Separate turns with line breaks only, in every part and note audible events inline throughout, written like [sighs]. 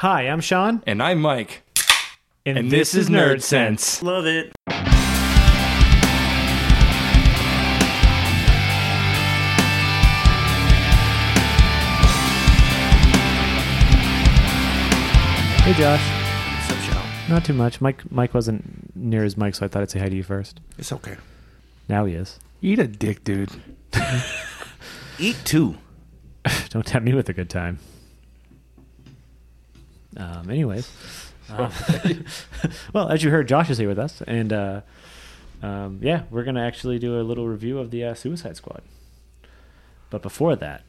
Hi, I'm Sean,
And I'm Mike.
and,
And this, is Nerd Sense.
Love it.
Hey, Josh.
What's up, Shell?
Not too much. Mike Mike wasn't near his mic, so I thought I'd say hi to you first.
It's okay.
Now he is.
Eat a dick, dude.
Eat two.
Don't tempt me with a good time. Um, anyways, um, [laughs] well, as you heard, Josh is here with us, and uh, um, yeah, we're gonna actually do a little review of the uh, Suicide Squad. But before that,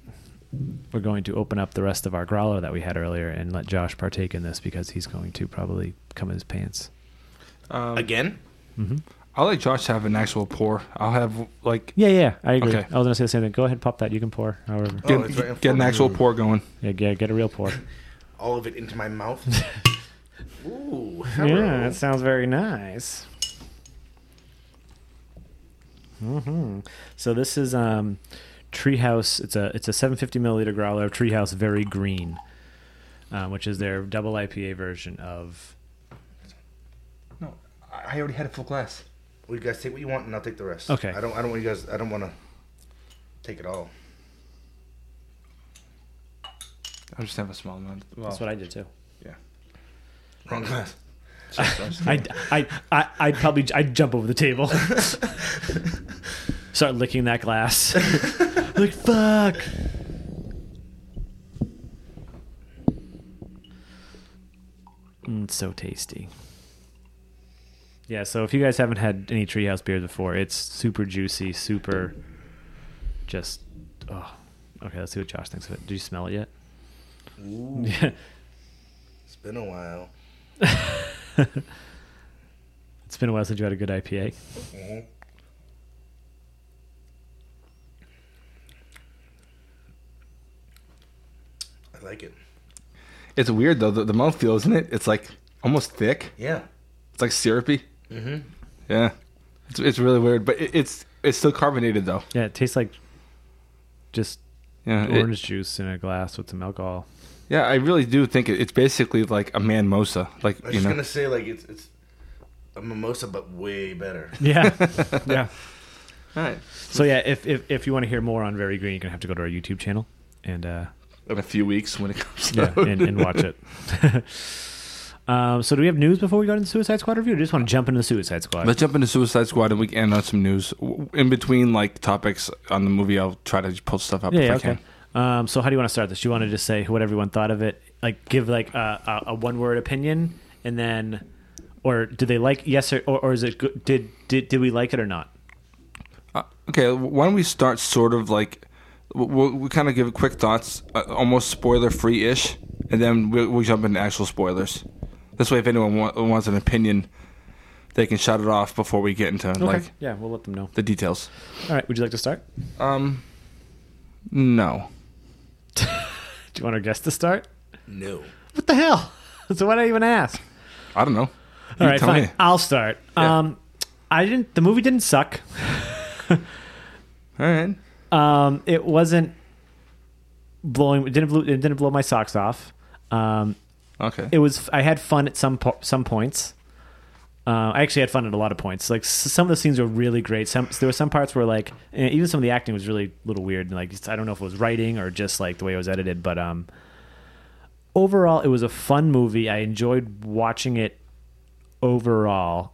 we're going to open up the rest of our growler that we had earlier and let Josh partake in this because he's going to probably come in his pants. Mm-hmm.
Again?
Um, I'll let Josh have an actual pour. I'll have, like,
Yeah, yeah, I agree.
Okay.
I was gonna say the same thing. Go ahead, pop that. You can pour, however.
get,
it's right in
get
front
an
of
actual
you.
pour going.
Yeah, get, get a real pour.
All of it into my mouth. Ooh.
Yeah, that sounds very nice. hmm So this is um, Treehouse. It's a it's a 750 milliliter growler of Treehouse Very Green, uh, which is their double IPA version of.
No, I already had a full glass.
Well, you guys take what you want, and I'll take the rest.
Okay.
I don't. I don't want you guys. I don't want to take it all.
I'll just have a small amount. Well,
That's what I did too.
yeah.
Wrong glass.
[laughs]
I I I I'd probably I'd jump over the table, start licking that glass. [laughs] like fuck. Mm, it's so tasty. Yeah, so if you guys haven't had any treehouse beer before, it's super juicy, super just oh. Okay, let's see what Josh thinks of it. Do you smell it yet? [laughs]
Ooh.
Yeah.
It's been a while.
It's been a while since you had a good IPA.
Mhm. I like it.
It's weird, though. The, the mouthfeel, isn't it? It's like almost thick.
Yeah.
It's like syrupy. Mm-hmm. Yeah. It's, it's really weird, but it, it's it's still carbonated, though.
Yeah, it tastes like just
Yeah. it-
orange juice in a glass with some alcohol.
yeah, I really do think it, it's basically like a man mosa. Like,
I was
you
just
know.
gonna say like it's it's a mimosa, but way better.
[laughs] Yeah, yeah.
[laughs] All right.
So yeah, if, if if you want to hear more on Very Green, you're gonna have to go to our YouTube channel and [laughs] uh,
In a few weeks when it comes
yeah,
out.
and, and watch it. [laughs] um, so do we have news before we go into the Suicide Squad review? Or do you just want to jump into the Suicide Squad?
Let's jump into Suicide Squad and we can end on some news W- in between like topics on the movie. I'll try to pull stuff up
yeah,
if
yeah,
I
okay.
can.
Um, so how do you want to start this? Do you want to just say what everyone thought of it? Like give like a, a, a one word opinion, and then, or did they like yes or or, or is it good? Did did did we like it or not?
Uh, okay, w- why don't we start sort of like w- we'll, we kind of give quick thoughts, uh, almost spoiler free ish, and then we'll, we'll jump into actual spoilers. This way, if anyone wa- wants an opinion, they can shut it off before we get into like
yeah, we'll let them know.
the details.
All right, would you like to start?
Um, no.
Do you want our guest to start?
No.
What the hell? [laughs] So why did I even ask?
I don't
All
know. You
right,
tell
fine.
me.
I'll start.
Yeah.
Um, I didn't. The movie didn't suck.
All right.
Um, it wasn't blowing. It didn't blow, it didn't blow my socks off. Um,
Okay.
it was. I had fun at some po- some points. Uh, I actually had fun at a lot of points. Like s- some of the scenes were really great. Some there were some parts where like and even some of the acting was really a little weird. And like I don't know if it was writing or just like the way it was edited, but um, overall it was a fun movie. I enjoyed watching it overall,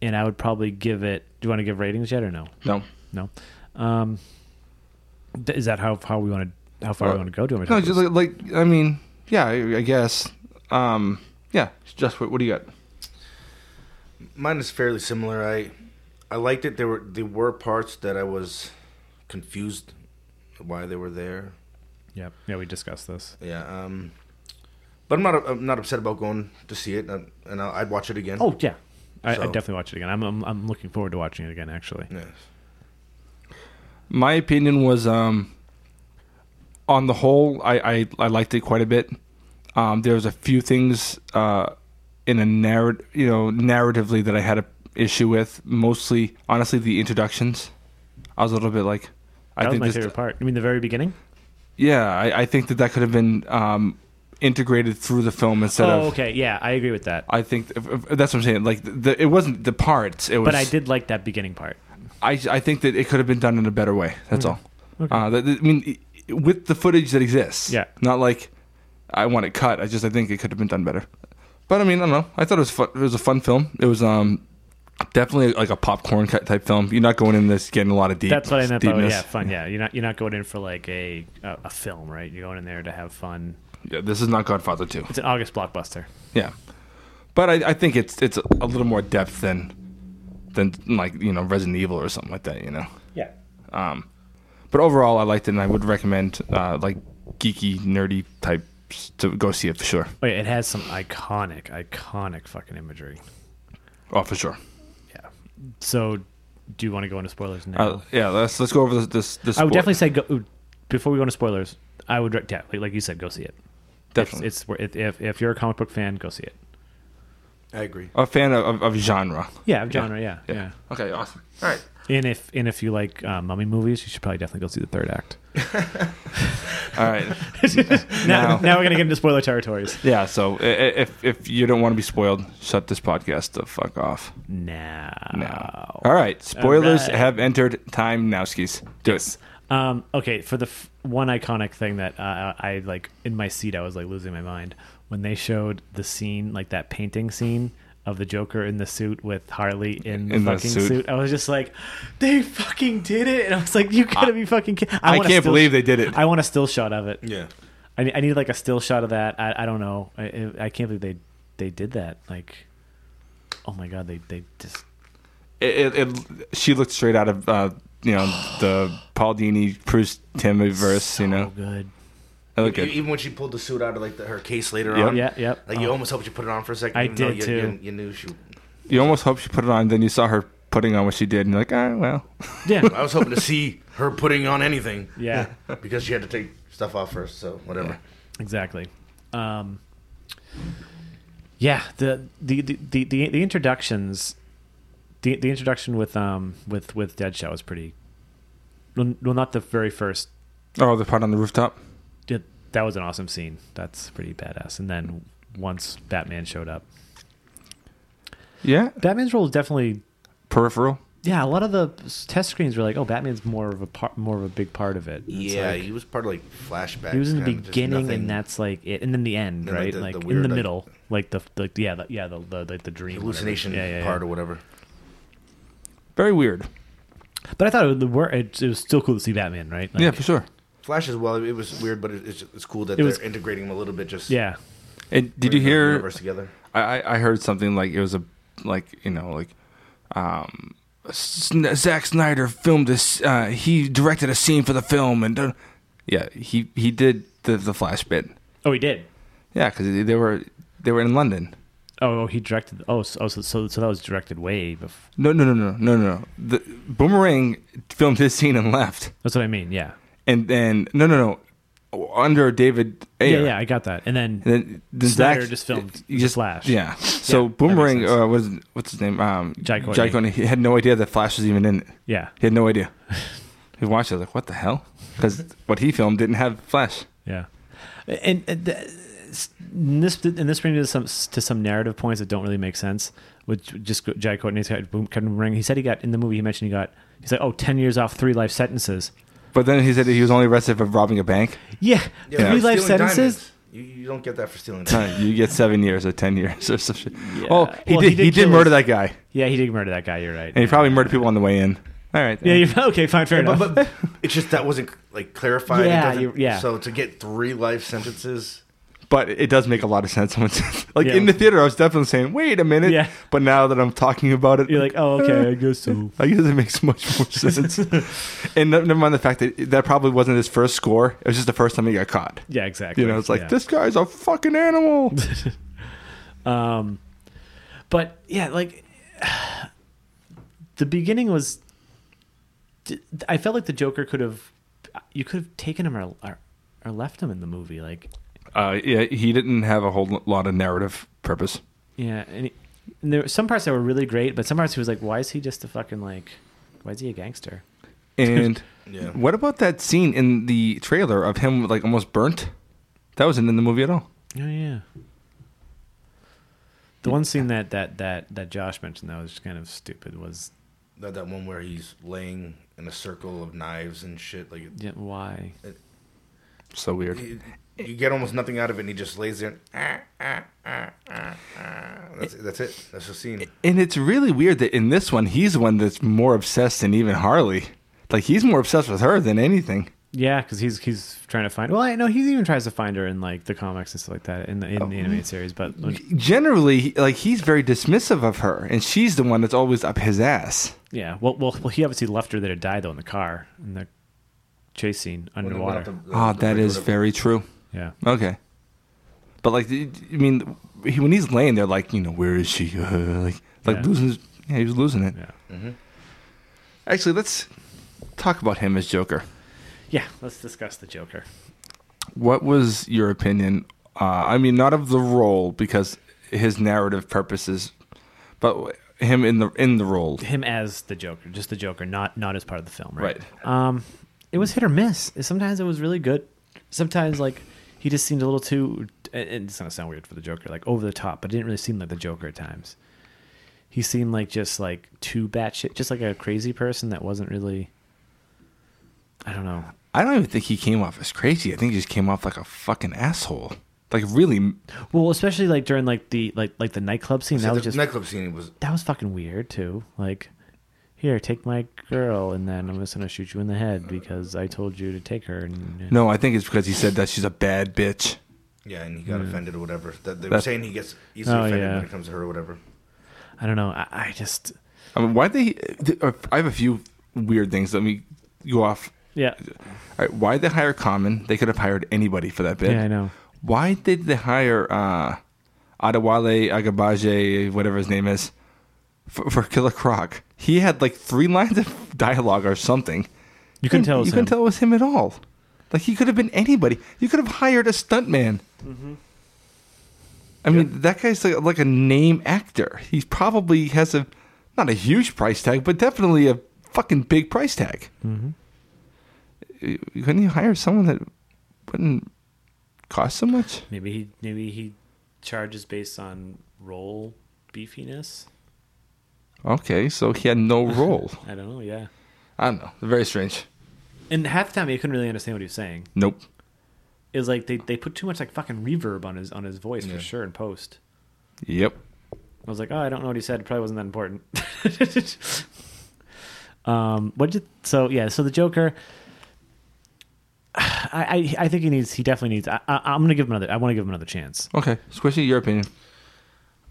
and I would probably give it. Do you want to give ratings yet or no?
no.
No. Um, th- is that how how we want to how far we
Uh,
want to go? Do you want me
No,
to
just like, like I mean, yeah, I, I guess. Um, yeah, just what, what do you got?
Mine is fairly similar. I I liked it. There were there were parts that I was confused why they were there.
yeah yeah we discussed this.
Yeah. Um, but I'm not I'm not upset about going to see it, and, and I'll, I'd watch it again.
Oh yeah, I,
So-
I definitely watch it again. I'm, I'm I'm looking forward to watching it again. Actually,
Yes.
My opinion was, um, on the whole, I, I, I liked it quite a bit. Um, there was a few things uh, in a narrative, you know, narratively that I had a issue with. Mostly, honestly, the introductions. I was a little bit like,
that
I
was
think
my
this,
favorite part. I mean, the very beginning.
yeah, I, I think that that could have been um, integrated through the film instead
Oh,
of.
okay. Yeah, I agree with that.
I think if- if- that's what I'm saying. Like the, it wasn't the parts. It was.
But I did like that beginning part.
I, I think that it could have been done in a better way. That's all.
Okay.
Uh, that, that- I mean, i- with the footage that exists.
Yeah.
Not like I want it cut. I just I think it could have been done better. But I mean, I don't know. I thought it was fun. It was a fun film. It was um definitely like a popcorn cut type film. You're not going in this getting a lot of deep.
That's what I meant by
deepness.
yeah, fun. Yeah, you're not you're not going in for like a a, a film, right? You're going in there to have fun.
Yeah, This is not Godfather two.
It's an August blockbuster.
Yeah. But I, I think it's it's a little more depth than than like you know Resident Evil or something like that. You know.
Yeah.
Um, but overall, I liked it, and I would recommend uh, like geeky, nerdy types to go see it for sure.
Oh, yeah, it has some iconic, iconic fucking imagery.
Oh, for sure.
Yeah. So, do you want to go into spoilers now?
Uh, yeah, let's let's go over this. this, this
I would
sport.
definitely say go, before we go into spoilers. I would rec- yeah, like, like you said, go see it.
Definitely.
It's, it's wor- if- if if you're a comic book fan, go see it.
I agree.
a fan of, of, of genre.
Yeah, of genre. Yeah, yeah.
Okay, awesome. All right.
And if and if you like uh, mummy movies, you should probably definitely go see the third act.
All right.
[laughs] now,
Now-
now we're gonna get into spoiler territories.
Yeah. So i- i- if if you don't want to be spoiled, shut this podcast the fuck off.
Now.
Now. All right. Spoilers
right.
have entered. Time now, skis. Do it.
Um, okay, for the f- one iconic thing that uh, I like in my seat, I was like losing my mind when they showed the scene, like that painting scene of the Joker in the suit with Harley in the
In the
fucking
suit.
suit. I was just like, they fucking did it, and I was like, you gotta be fucking. Ki-
I,
want a
can't
still-
believe they did it.
I want a still shot of it.
Yeah.
I need, I need like a still shot of that. I, I don't know. I, I- I can't believe they they did that. Like, oh my god, they they just
it, it, it she looked straight out of uh, you know the Paul Dini, Bruce Timmy verse. you
so
know,
good.
I look
E-
good.
Even when she pulled the suit out of like the, her case later
Yep.
on,
Yeah, yep.
like you almost hoped you put it on for a second.
I
even though
did,
you,
too.
You, you knew she.
You almost hope she put it on. Then you saw her putting on what she did, and you're like, ah, well,
yeah,
I was hoping to see her putting on anything
yeah.
[laughs] because she had to take stuff off first. So whatever.
Exactly. Um, yeah, the the, the the the the introductions, the the introduction with um with with Deadshot was pretty. Well, well, not the very first.
oh, the part on the rooftop.
yeah, That was an awesome scene. That's pretty badass. And then once Batman showed up,
Yeah,
Batman's role is definitely
peripheral.
yeah. A lot of the test screens were like, oh, Batman's more of a part, more of a big part of it. It's
yeah,
like-
he was part of like flashback.
he was in the beginning, and that's like it, and then the end,
Then, like,
right?
the-
Like,
the
in
weird,
the
like-
middle, like the, the yeah, the, yeah, the the, like the dream whatever.
hallucination
Yeah, yeah, yeah.
part or whatever.
Very weird.
But I thought it, the wor- it, it was still cool to see Batman, right? Like,
yeah, for sure.
Flash as well. It was weird, but it, it's, it's cool that
It
they're
was-
integrating him a little bit. Just
Yeah,
And did you
bringing the
hear?
universe together?
I I- I heard something like it was a like you know like um. Sn- Zack Snyder filmed this. Uh, he directed a scene for the film, and uh, yeah, he he did the the flash bit.
Oh, he did.
Yeah, because they were they were in London.
Oh, oh, he directed. Oh, so, oh, so so so that was directed way before.
No, no, no, no, no, no. The Boomerang filmed his scene and left,
That's what I mean. Yeah.
and then no, no, no, under David Ayer.
Yeah, yeah, I got that. And then
And then, then
Snyder
Zack-
just filmed
you
The Flash.
Yeah. So
Yeah, that
Boomerang,
makes sense.
uh, was what's his name? Um,
Jai Courtney.
He had no idea that Flash was even in it.
yeah,
He had
[laughs]
no idea. he watched it like, what the hell? Because what he filmed didn't have Flash.
yeah, and, and th- s- and this and this brings me to some to some narrative points that don't really make sense. Which just go- Jai Courtney's got boom, Kevin Boomerang. He said he got in the movie. He mentioned he got. He's like, oh, 10 years off three life sentences.
But then he said that he was only arrested for robbing a bank.
Yeah,
but
three
it's
life
stealing
sentences.
diamonds. You, you don't get that for stealing.
Uh, you get seven years or ten years or some shit.
Yeah.
Oh, he
Well,
did.
he did
He did,
kill
murder
his-
that guy,
Yeah, he did murder that guy. You're right.
and he probably murdered people on the way in. All right.
Yeah, you [laughs] okay, fine, fair enough.
But, but
[laughs]
it's just that wasn't like clarified. It
Yeah,
doesn't-
you- yeah.
So to get three life sentences,
but it does make a lot of sense. [laughs] when it's- like
Yeah.
in the theater, I was definitely saying, "Wait a minute,"
Yeah.
but now that I'm talking about it,
You're like, oh, okay, I guess so.
I guess it makes much
[laughs]
more sense. and ne- never mind the fact that that probably wasn't his first score; it was just the first time he got caught.
Yeah, exactly.
You know, it's like
Yeah.
this guy's a fucking animal.
[laughs] Um, but yeah, like [sighs] the beginning was. I felt like the Joker could have, you could have taken him or, or or left him in the movie. Like,
uh, yeah, he didn't have a whole lot of narrative [laughs] purpose.
yeah, and, he, and there were some parts that were really great, but some parts he was like, why is he just a fucking like, why is he a gangster?
And
Yeah.
what about that scene in the trailer of him like almost burnt? That wasn't in the movie at all.
Oh yeah. The one scene that that that that Josh mentioned that was just kind of stupid was
That that one where he's laying in a circle of knives and shit. Like it,
yeah, why
So weird.
it- you get almost nothing out of it, and he just lays there. And, ah, ah, ah, ah, ah. That's, it- that's it. That's the scene.
And it's really weird that in this one, he's the one that's more obsessed than even Harley. Like he's more obsessed with her than anything.
Yeah, because he's he's trying to find. Well, I know he even tries to find her in like the comics and stuff like that in the in the animated series. But when-
Generally, he- like he's very dismissive of her, and she's the one that's always up his ass.
yeah, well, well, well, he obviously left her there to die though in the car in the chase scene
When they went up
underwater.
the- the-
Oh,
the
that
bridge or
is
whatever.
very true.
Yeah,
Okay, but like, I mean, he, when he's laying there, like you know, where is she? [laughs] Uh, like, like
Yeah.
losing, his, yeah, he was losing it.
yeah,
Actually, let's talk about him as Joker.
yeah. Let's discuss the Joker.
What was your opinion? Uh, I mean, not of the role because his narrative purposes, but him in the in the role.
Him as the Joker, just the Joker, not not as part of the film, right?
Right.
Um, it was hit or miss. Sometimes it was really good. Sometimes like he just seemed a little too. and- and It's gonna sound weird for the Joker, like over the top, but it didn't really seem like the Joker at times. He seemed like just like too batshit, just like a crazy person that wasn't really. I don't know.
I don't even think he came off as crazy. I think he just came off like a fucking asshole. Like really,
Well, especially like during like the like like the nightclub scene,
So
that
the
was just
nightclub scene was
that was fucking weird too. Like, here, take my girl, and then I'm just gonna shoot you in the head because I told you to take her. And
no. I think it's because he said that she's a bad bitch.
yeah, and he got offended or whatever. That they were
That's-
saying he gets easily
Oh,
offended
yeah.
when it comes to her or whatever.
I don't know. I, I just
I mean, why they? I have a few weird things. Let me go off.
yeah
All right, why they hire Common? They could have hired anybody for that bit.
yeah I know.
Why did they hire uh, Adewale Agabaje, whatever his name is, for, for Killer Croc? He had like three lines of dialogue or something.
You couldn't tell.
You
us
couldn't
him.
tell it was him at all. Like he could have been anybody. You could have hired a stuntman.
Mm-hmm.
I mean, that guy's like, like a name actor. He probably has a not a huge price tag, but definitely a fucking big price tag.
Mm-hmm.
You- you Couldn't you hire someone that wouldn't cost so much?
Maybe he maybe he charges based on role beefiness.
Okay, so he
[laughs]
had no role.
I don't know. Yeah,
I don't know. Very strange.
and half the time you couldn't really understand what he was saying.
Nope.
It was like they, they put too much like fucking reverb on his on his voice
Yeah.
for sure in post.
Yep.
I was like, oh, I don't know what he said. It probably wasn't that important. [laughs] um, what did so yeah? So the Joker, [sighs] I I, I think he needs he definitely needs. I, I, I'm gonna give him another. I want to give him another chance.
Okay, Squishy, your opinion.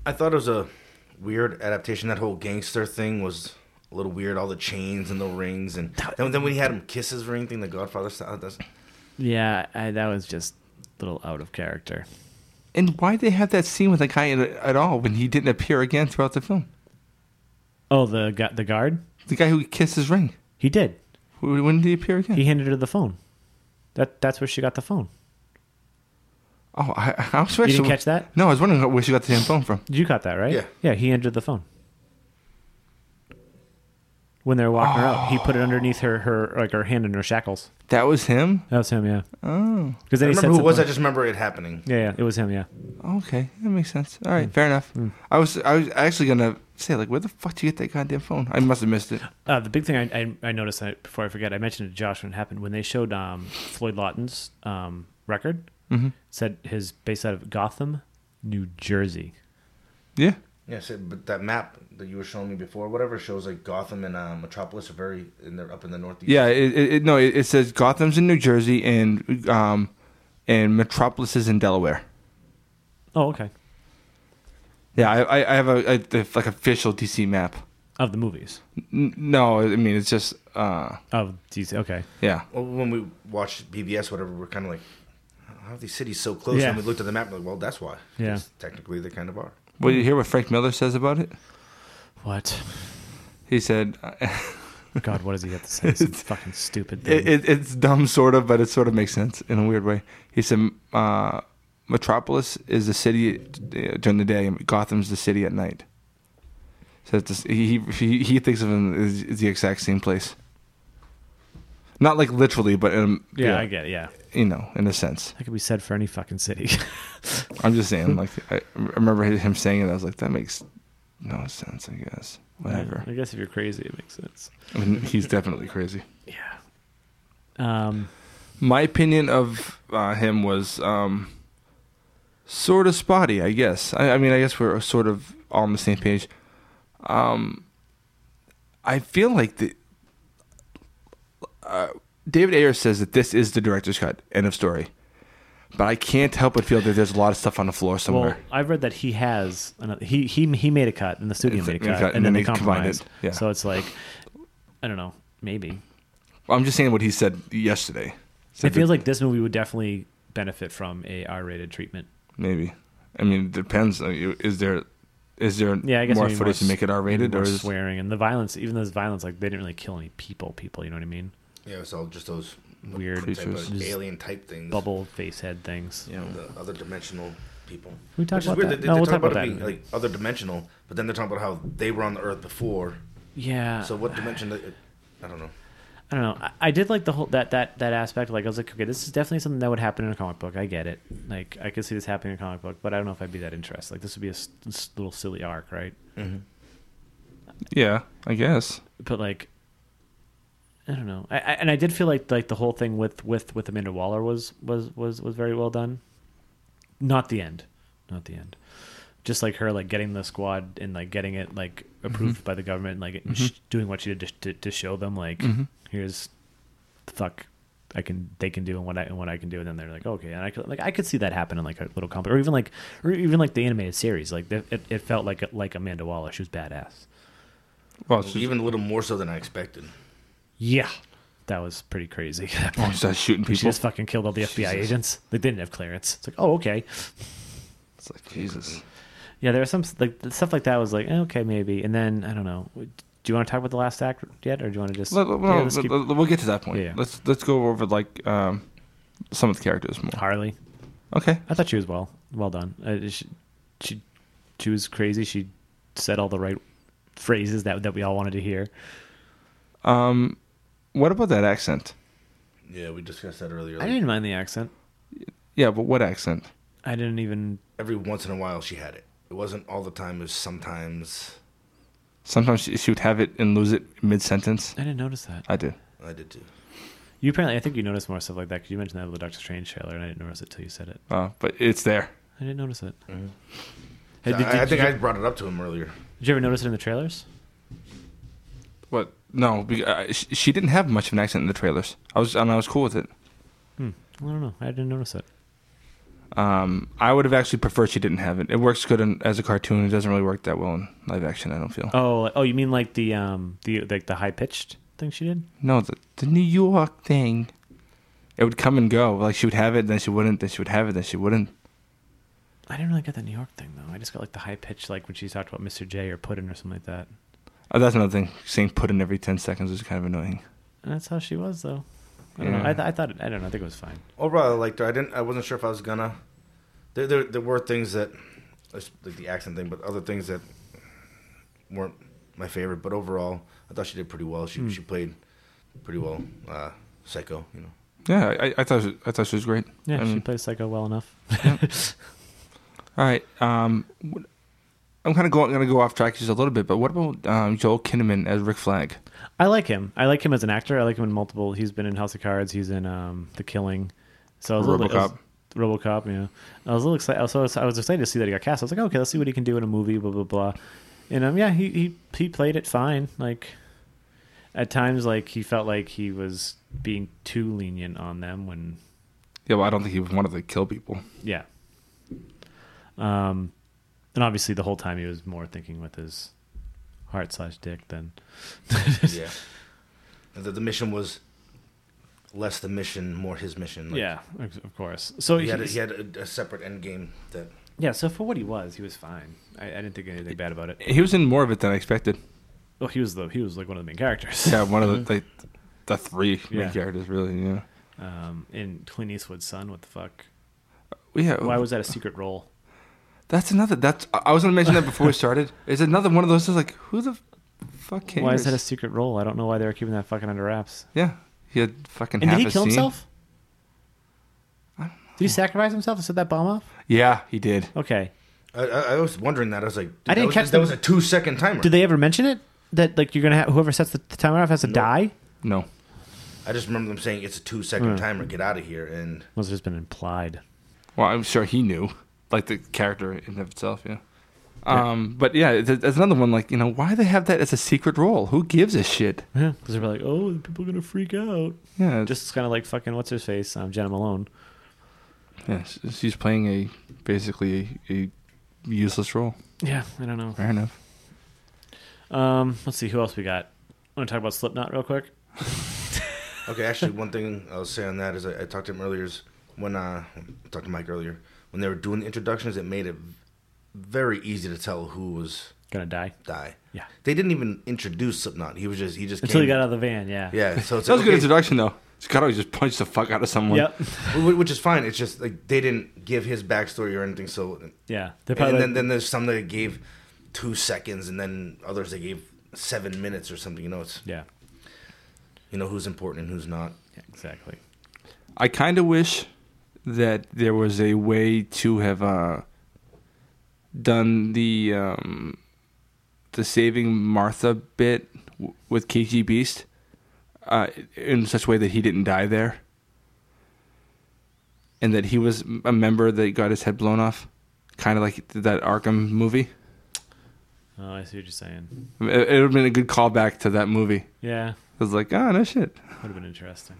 I thought it was a weird adaptation. That whole gangster thing was a little weird. All the chains and the rings, and then, then when he had him kiss his ring thing, the Godfather style. That's,
Yeah, I, that was just a little out of character.
And why they have that scene with the guy in- at all when he didn't appear again throughout the film?
Oh, the gu- the guard.
The guy who kissed his ring.
He did.
Wh- When did he appear again?
He handed her the phone. That that's where she got the phone.
oh, I, I was
You
actually-
didn't catch that?
No, I was wondering where she got the damn phone from.
You caught that, right?
Yeah.
Yeah, he handed her the phone. When they were walking her out, he put it underneath her, her like her hand in her shackles.
That was him.
That was him, yeah.
Oh,
Because
I
then he said
remember who it was. I
something-
just remember it happening.
Yeah, yeah, it was him, yeah.
okay, that makes sense. All right, fair enough. I was I was actually gonna say like, where the fuck did you get that goddamn phone? I must have missed it.
Uh, the big thing I, I, I noticed I, before I forget, I mentioned it to Josh when it happened when they showed um, Floyd Lawton's um, record.
Mhm.
Said his based out of Gotham, New Jersey.
Yeah.
Yeah, so, but that map that you were showing me before, whatever, shows like Gotham and uh, Metropolis are very in there up in the northeast.
Yeah, it, it, it- no, it, it says Gotham's in New Jersey and um, and Metropolis is in Delaware.
Oh, okay.
Yeah, I, I, I have a, a the, like official DC map.
Of the movies
N- no, I mean it's just uh,
of DC. Okay.
yeah.
Well, when we watched BVS, whatever, we're kind of like, how are these cities so close?
Yeah.
And we looked at the map, and like, well, that's why.
Yeah.
'Cause Technically, they kind of are.
Well, you hear what Frank Miller says about it?
What?
He said, [laughs] it,
[laughs] God, what does he have to say? Some fucking stupid thing.
it, "It's dumb, sort of, but it sort of makes sense in a weird way." He said, uh, "Metropolis is the city uh, during the day, and Gotham's the city at night." So it's just, he, he he thinks of him as, as the exact same place. Not like literally, but in,
Yeah, I get it. Yeah,
you know, in a sense.
that could be said for any fucking city. [laughs]
I'm just saying, like, I I remember him saying it. I was like, that makes no sense, I guess. Whatever.
I guess if you're crazy, it makes sense.
I mean, he's definitely crazy.
Yeah. Um.
My opinion of uh, him was um, sort of spotty, I guess. I, I mean, I guess we're sort of all on the same page. Um, I feel like the uh, David Ayer says that this is the director's cut. End of story. But I can't help but feel that there's a lot of stuff on the floor somewhere.
Well, I've read that he has another, he he he made a cut and the studio
It's
made a
made a
cut,
cut,
and,
and
then they
then they combined it.
compromised.
Yeah.
So it's like, I don't know, maybe
I'm just saying what he said yesterday.
it feels like this movie would definitely benefit from a R-rated treatment.
maybe. I mean, it depends. I mean, Is there is there
Yeah, I guess
more
maybe
footage to
s-
make it R-rated,
maybe
or
more
is
swearing and the violence. Even though there's violence, like they didn't really kill any people. People, you know what I mean?
Yeah, it's all just those
Weird
type
Creatures.
of
Just
alien type things.
bubble face head things.
you know,
The other dimensional people.
We talked
Which is
about
weird.
that.
They,
No,
they
we'll
talk
talk
about,
about
it being
that.
like other dimensional, but then they're talking about how they were on the Earth before.
Yeah.
So what dimension? that- I don't know.
I don't know. I, I did like the whole that that that aspect. Like I was like, okay, this is definitely something that would happen in a comic book. I get it. Like I could see this happening in a comic book, but I don't know if I'd be that interested. Like this would be a s- s- little silly arc, right?
yeah, I guess.
But like, I don't know. I, I and I did feel like like the whole thing with with with Amanda Waller was was was was very well done. Not the end. Not the end. Just like her, like getting the squad and like getting it like approved by the government, and, like sh- doing what she did to, to, to show them, like here's the fuck I can they can do and what I and what I can do, and then they're like okay, and I could like I could see that happen in like a little company or even like or even like the animated series, like the, it, it felt like like Amanda Waller, she was badass.
Well, it's just,
Even a little more so than I expected.
Yeah, that was pretty crazy. [laughs]
oh, it's just shooting
She
people.
just fucking killed all the FBI
Jesus.
agents. They didn't have clearance. It's like, oh, okay.
It's like Jesus.
Yeah, there was some like the stuff like that was like, eh, okay, maybe. And then I don't know. Do you want to talk about the last act yet, or do you want to just?
Let- let-
Yeah,
no,
let's
let-
keep-
let- we'll get to that point.
Yeah, yeah.
Let's let's go over like um, some of the characters more.
Harley,
Okay.
I thought she was well, well done. Uh, she, she, she was crazy. She said all the right phrases that that we all wanted to hear.
Um, what about that accent?
Yeah, we discussed that earlier.
I
Like,
didn't mind the accent.
Yeah, but what accent?
I didn't even.
every once in a while, she had it. It wasn't all the time. It was sometimes.
Sometimes she, she would have it and lose it mid sentence.
I didn't notice that.
I did.
I did too.
You apparently, I think you noticed more stuff like that because you mentioned that with the Doctor Strange trailer, and I didn't notice it till you said it.
Uh, but it's there.
I didn't notice it. Hey,
So
did,
I,
did-
Uh-huh. I think
did
I
you,
brought it up to him earlier.
did you ever notice it in the trailers?
What? No, be- uh, she, she didn't have much of an accent in the trailers. I was and I was cool with it.
I don't know. I didn't notice it.
Um, I would have actually preferred she didn't have it. It works good in, as a cartoon. It doesn't really work that well in live action. I don't feel.
Oh, like- oh, you mean like the um the like the high pitched thing she did?
No, the, the New York thing. It would come and go. Like she would have it, then she wouldn't. Then she would have it, then she wouldn't.
I didn't really get the New York thing though. I just got like the high pitched like when she talked about Mr. J or Puddin or something like that.
Oh, that's another thing. Saying put in every ten seconds is kind of annoying.
And that's how she was though. I don't know. I,
Yeah.
th- I thought it, I don't know. I think it was fine.
Overall, I liked her. I didn't. I wasn't sure if I was gonna. There, there, there were things that, like the accent thing, but other things that weren't my favorite. But overall, I thought she did pretty well.
Hmm.
She she played pretty well. Uh, Psycho, you know.
[laughs]
Yeah, I, I thought she, I thought she was great.
Yeah,
I
she
mean,
Mm.
plays Psycho well enough.
all right. Um, what- I'm kind of going going to go off track just a little bit, but what about um, Joel Kinnaman as Rick Flag?
I like him. I like him as an actor. I like him in multiple. He's been in House of Cards. He's in um, The Killing. So I was a little I was-
RoboCop.
RoboCop. Yeah, I was a little excited. I was, I was- I was excited to see that he got cast. I was like, okay, let's see what he can do in a movie. Blah blah blah. And um, yeah, he he he played it fine. Like at times, like he felt like he was being too lenient on them when
Yeah, well, I don't think he wanted to kill people.
yeah. Um, and obviously the whole time he was more thinking with his heart slash dick than
yeah. And The, the mission was less the mission, more his mission. Like,
yeah, of of course. So
He had a,
he's-
he had a, a separate end game that
Yeah, so for what he was, he was fine. I, I didn't think anything bad about it.
He was in more of it than I expected.
Well, he was the he was like one of the main characters.
Yeah, one of the [laughs] like, the three
Yeah.
main characters, really. Yeah.
Um, and Clint Eastwood's son, what the fuck?
Yeah.
Why was that a secret role?
That's another. That's I I was gonna mention that
[laughs]
before we started. Is another one of those? that's Like who the fuck cares?
Why is that a secret role? I don't know why they were keeping that fucking under wraps.
yeah? He had fucking
And
half
did he
a
kill
scene.
himself? Did he sacrifice himself and set that bomb off?
Yeah, he did.
Okay.
I, I, I was wondering that. I was like, dude,
I didn't
that was,
catch
that
the-
was a two second timer.
Did they ever mention it? That like you're gonna have whoever sets the the timer off has to die?
No.
I just remember them saying it's a two second
Hmm.
timer. Get out of here. And
Must have just been implied.
Well, I'm sure he knew, like the character in and of itself. Yeah. Um, but yeah, th- there's another one. Like, you know, why they have that as a secret role? Who gives a shit?
Yeah, because they're like, oh, people are gonna freak out.
Yeah, just
Just kind of like fucking what's her face, um, Jenna Malone.
yeah, sh- she's playing a basically a, a useless role.
Yeah, I don't know.
Fair enough.
Um, let's see who else we got. I want to talk about Slipknot real quick.
okay, actually, one thing I'll say on that is I, I talked to him earlier. Is when uh, I talked to Mike earlier when they were doing the introductions, it made it very easy to tell who was
Gonna die
die.
Yeah.
They didn't even introduce Slipknot. He was just he just
until
came,
he got out of the van. Yeah.
Yeah, so it's
That was a good
okay,
introduction, though. Scotto just punched the fuck out of someone.
Yep.
Wh- which is fine. It's just like they didn't give his backstory or anything. So
Yeah. They're
and
probably
then, then there's some that gave two seconds, and then others they gave seven minutes or something. You know, it's
yeah.
you know who's important and who's not.
Yeah, Exactly.
I kind of wish that there was a way to have uh, done the um, the saving Martha bit w- with KG Beast uh, in such a way that he didn't die there, and that he was a member that got his head blown off, kind of like that Arkham movie.
Oh, I see what you're saying.
It, it would have been a good callback to that movie.
Yeah,
It was like, oh no shit.
would have been interesting.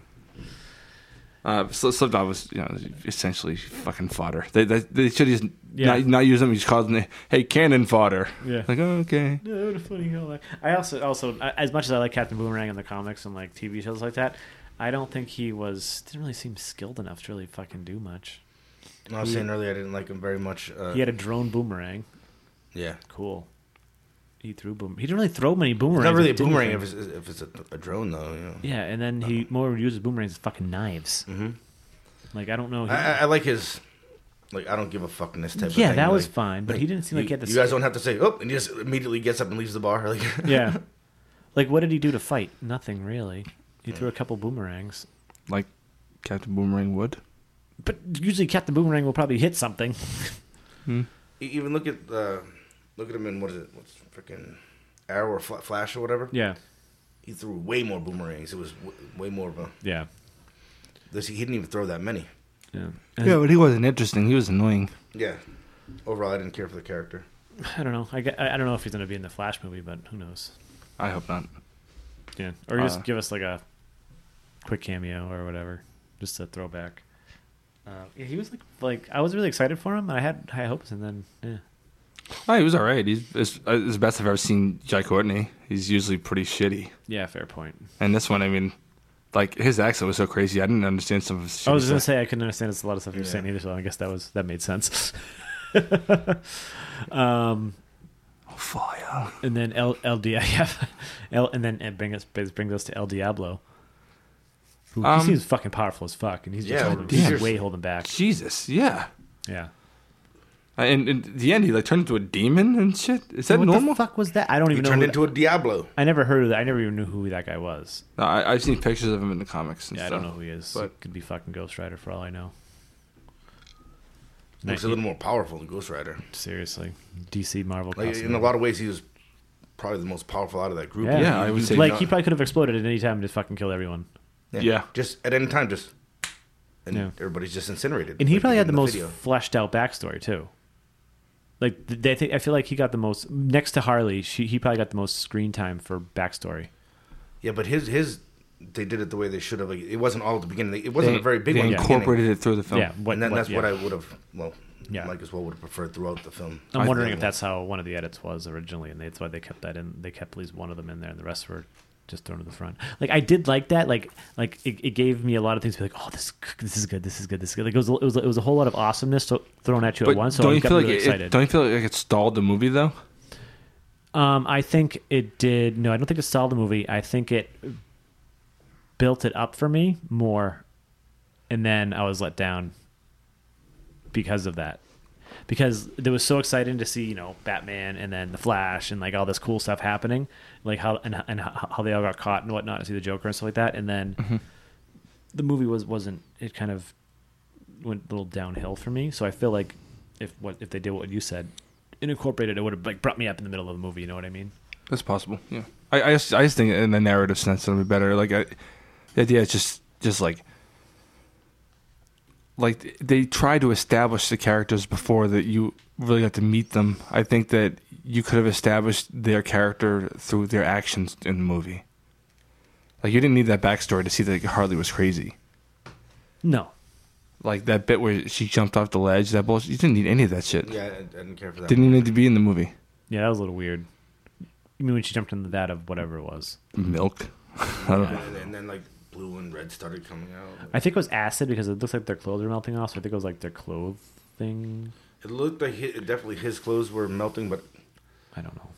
Uh, Sl- Slipknot was, you know, essentially fucking fodder. They they, they should just
Yeah.
not, not use them. Just call them, hey, cannon fodder.
Yeah.
Like, oh, okay.
[laughs] Yeah, what a funny callback. I also also I- as much as I like Captain Boomerang in the comics and like TV shows like that, I don't think he was didn't really seem skilled enough to really fucking do much.
I was saying earlier I didn't like him very much. Uh,
He had a drone boomerang.
yeah,
Cool. He threw boom. He didn't really throw many boomerangs.
it's not really a
He didn't
boomerang
throw-
if it's if it's a, a drone though. You know.
yeah, and then he more uses boomerangs as fucking knives.
Mhm.
Like I don't know. He,
I, I- I like his like I don't give a fuck in this type. of
yeah,
thing.
that was
Like,
fine, but he didn't seem
you,
like he had the
you guys don't have to say oh, and he just immediately gets up and leaves the bar. [laughs] Like
Yeah. Like, what did he do to fight? Nothing really. He threw a couple boomerangs.
Like Captain Boomerang would.
But usually, Captain Boomerang will probably hit something.
E- even look at uh, look at him in what is it? What's freaking Arrow or Fla- Flash or whatever?
[laughs] Yeah.
He threw way more boomerangs. It was w- way more of a.
Yeah.
This, he didn't even throw that many.
Yeah.
Yeah, but he wasn't interesting. He was annoying.
Yeah. Overall, I didn't care for the character.
I don't know. I, gue- I I don't know if he's going to be in the Flash movie, but who knows?
I hope not.
Yeah. Or just
Uh.
give us like a quick cameo or whatever, just a throwback. Uh, yeah, he was like, like I was really excited for him. and I had high hopes, and then yeah,
Oh, he was all right. He's it's, uh, it's the best I've ever seen Jai Courtney. He's usually pretty shitty.
yeah, fair point.
And this one, I mean, like his accent was so crazy. I didn't understand some of his. shit
I was
he
just gonna
said.
say I couldn't understand a lot of stuff you were
Yeah.
saying either, so I guess that was that made sense. [laughs] um,
Oh, fire.
and then El El [laughs] Diablo, El, and then it brings us brings us to El Diablo. Who,
Um,
he seems fucking powerful as fuck, and he's just
Yeah,
holding,
damn.
he's just way holding back.
Jesus, yeah. Uh,
Yeah,
And and in the end, he like turned into a demon and shit. Is that
what
normal?
the fuck was that? I don't
He
even know.
turned
who-
into a Diablo.
I never heard of that. I never even knew who that guy was.
No, I, I've seen pictures of him in the comics. And
Yeah, I
stuff.
don't know who he is.
But-
Could be fucking Ghost Rider for all I know.
Looks a
Nice.
little more powerful than Ghost Rider.
Seriously, DC Marvel.
Like
crossover.
in a lot of ways, he was probably the most powerful out of that group.
Yeah,
Yeah, I would say
like
not.
he probably could have exploded at any time and just fucking killed everyone.
Yeah.
Just at any time, just and
Yeah.
everybody's just incinerated.
And he
Like,
probably had
in
the most
video.
fleshed out backstory too. Like th- they think, I feel like he got the most next to Harley. She, he probably got the most screen time for backstory.
Yeah, but his his they did it the way they should have. Like, it wasn't all at the beginning. It wasn't a very big
they
one. at the beginning.
incorporated it through the film.
yeah, what,
and then that's what
yeah.
I would have. Well,
Yeah.
Mike as well would have preferred throughout the film.
I'm
I
wondering
think-
if that's how one of the edits was originally, and that's why they kept that in. They kept at least one of them in there, and the rest were just thrown to the front. Like I did like that. Like like it, it gave me a lot of things. To be like, oh, this this is good. This is good. This is good. Like it was it was, it was a whole lot of awesomeness to, thrown at you
But
at once. So
don't
I
you
got
feel like
really
it,
excited.
it, don't you feel like it stalled the movie though?
Um, I think it did. No, I don't think it stalled the movie. I think it built it up for me more, and then I was let down because of that. Because it was so exciting to see, you know, Batman and then the Flash and like all this cool stuff happening, like how and, and how how they all got caught and whatnot, and see the Joker and stuff like that, and then the movie was wasn't it kind of went a little downhill for me. So I feel like if what if they did what you said, and incorporated it would have like brought me up in the middle of the movie. You know what I mean?
That's possible. Yeah, I I just, I just think in the narrative sense it'll be better. Like I, the idea is just just like like they try to establish the characters before that you really got to meet them. I think that you could have established their character through their actions in the movie. Like you didn't need that backstory to see that Harley was crazy.
No.
Like that bit where she jumped off the ledge, that bullshit. You didn't need any of that shit.
Yeah, I, I didn't care for that.
Didn't even need to be in the movie.
Yeah, that was a little weird. You mean when she jumped into that of whatever it was?
Milk. [laughs] I don't know.
and, then- and then like blue and red started coming out.
I think it was acid because it looks like their clothes are melting off. So I think it was like their clothes thing.
It looked like hi definitely his clothes were melting, but
I don't know.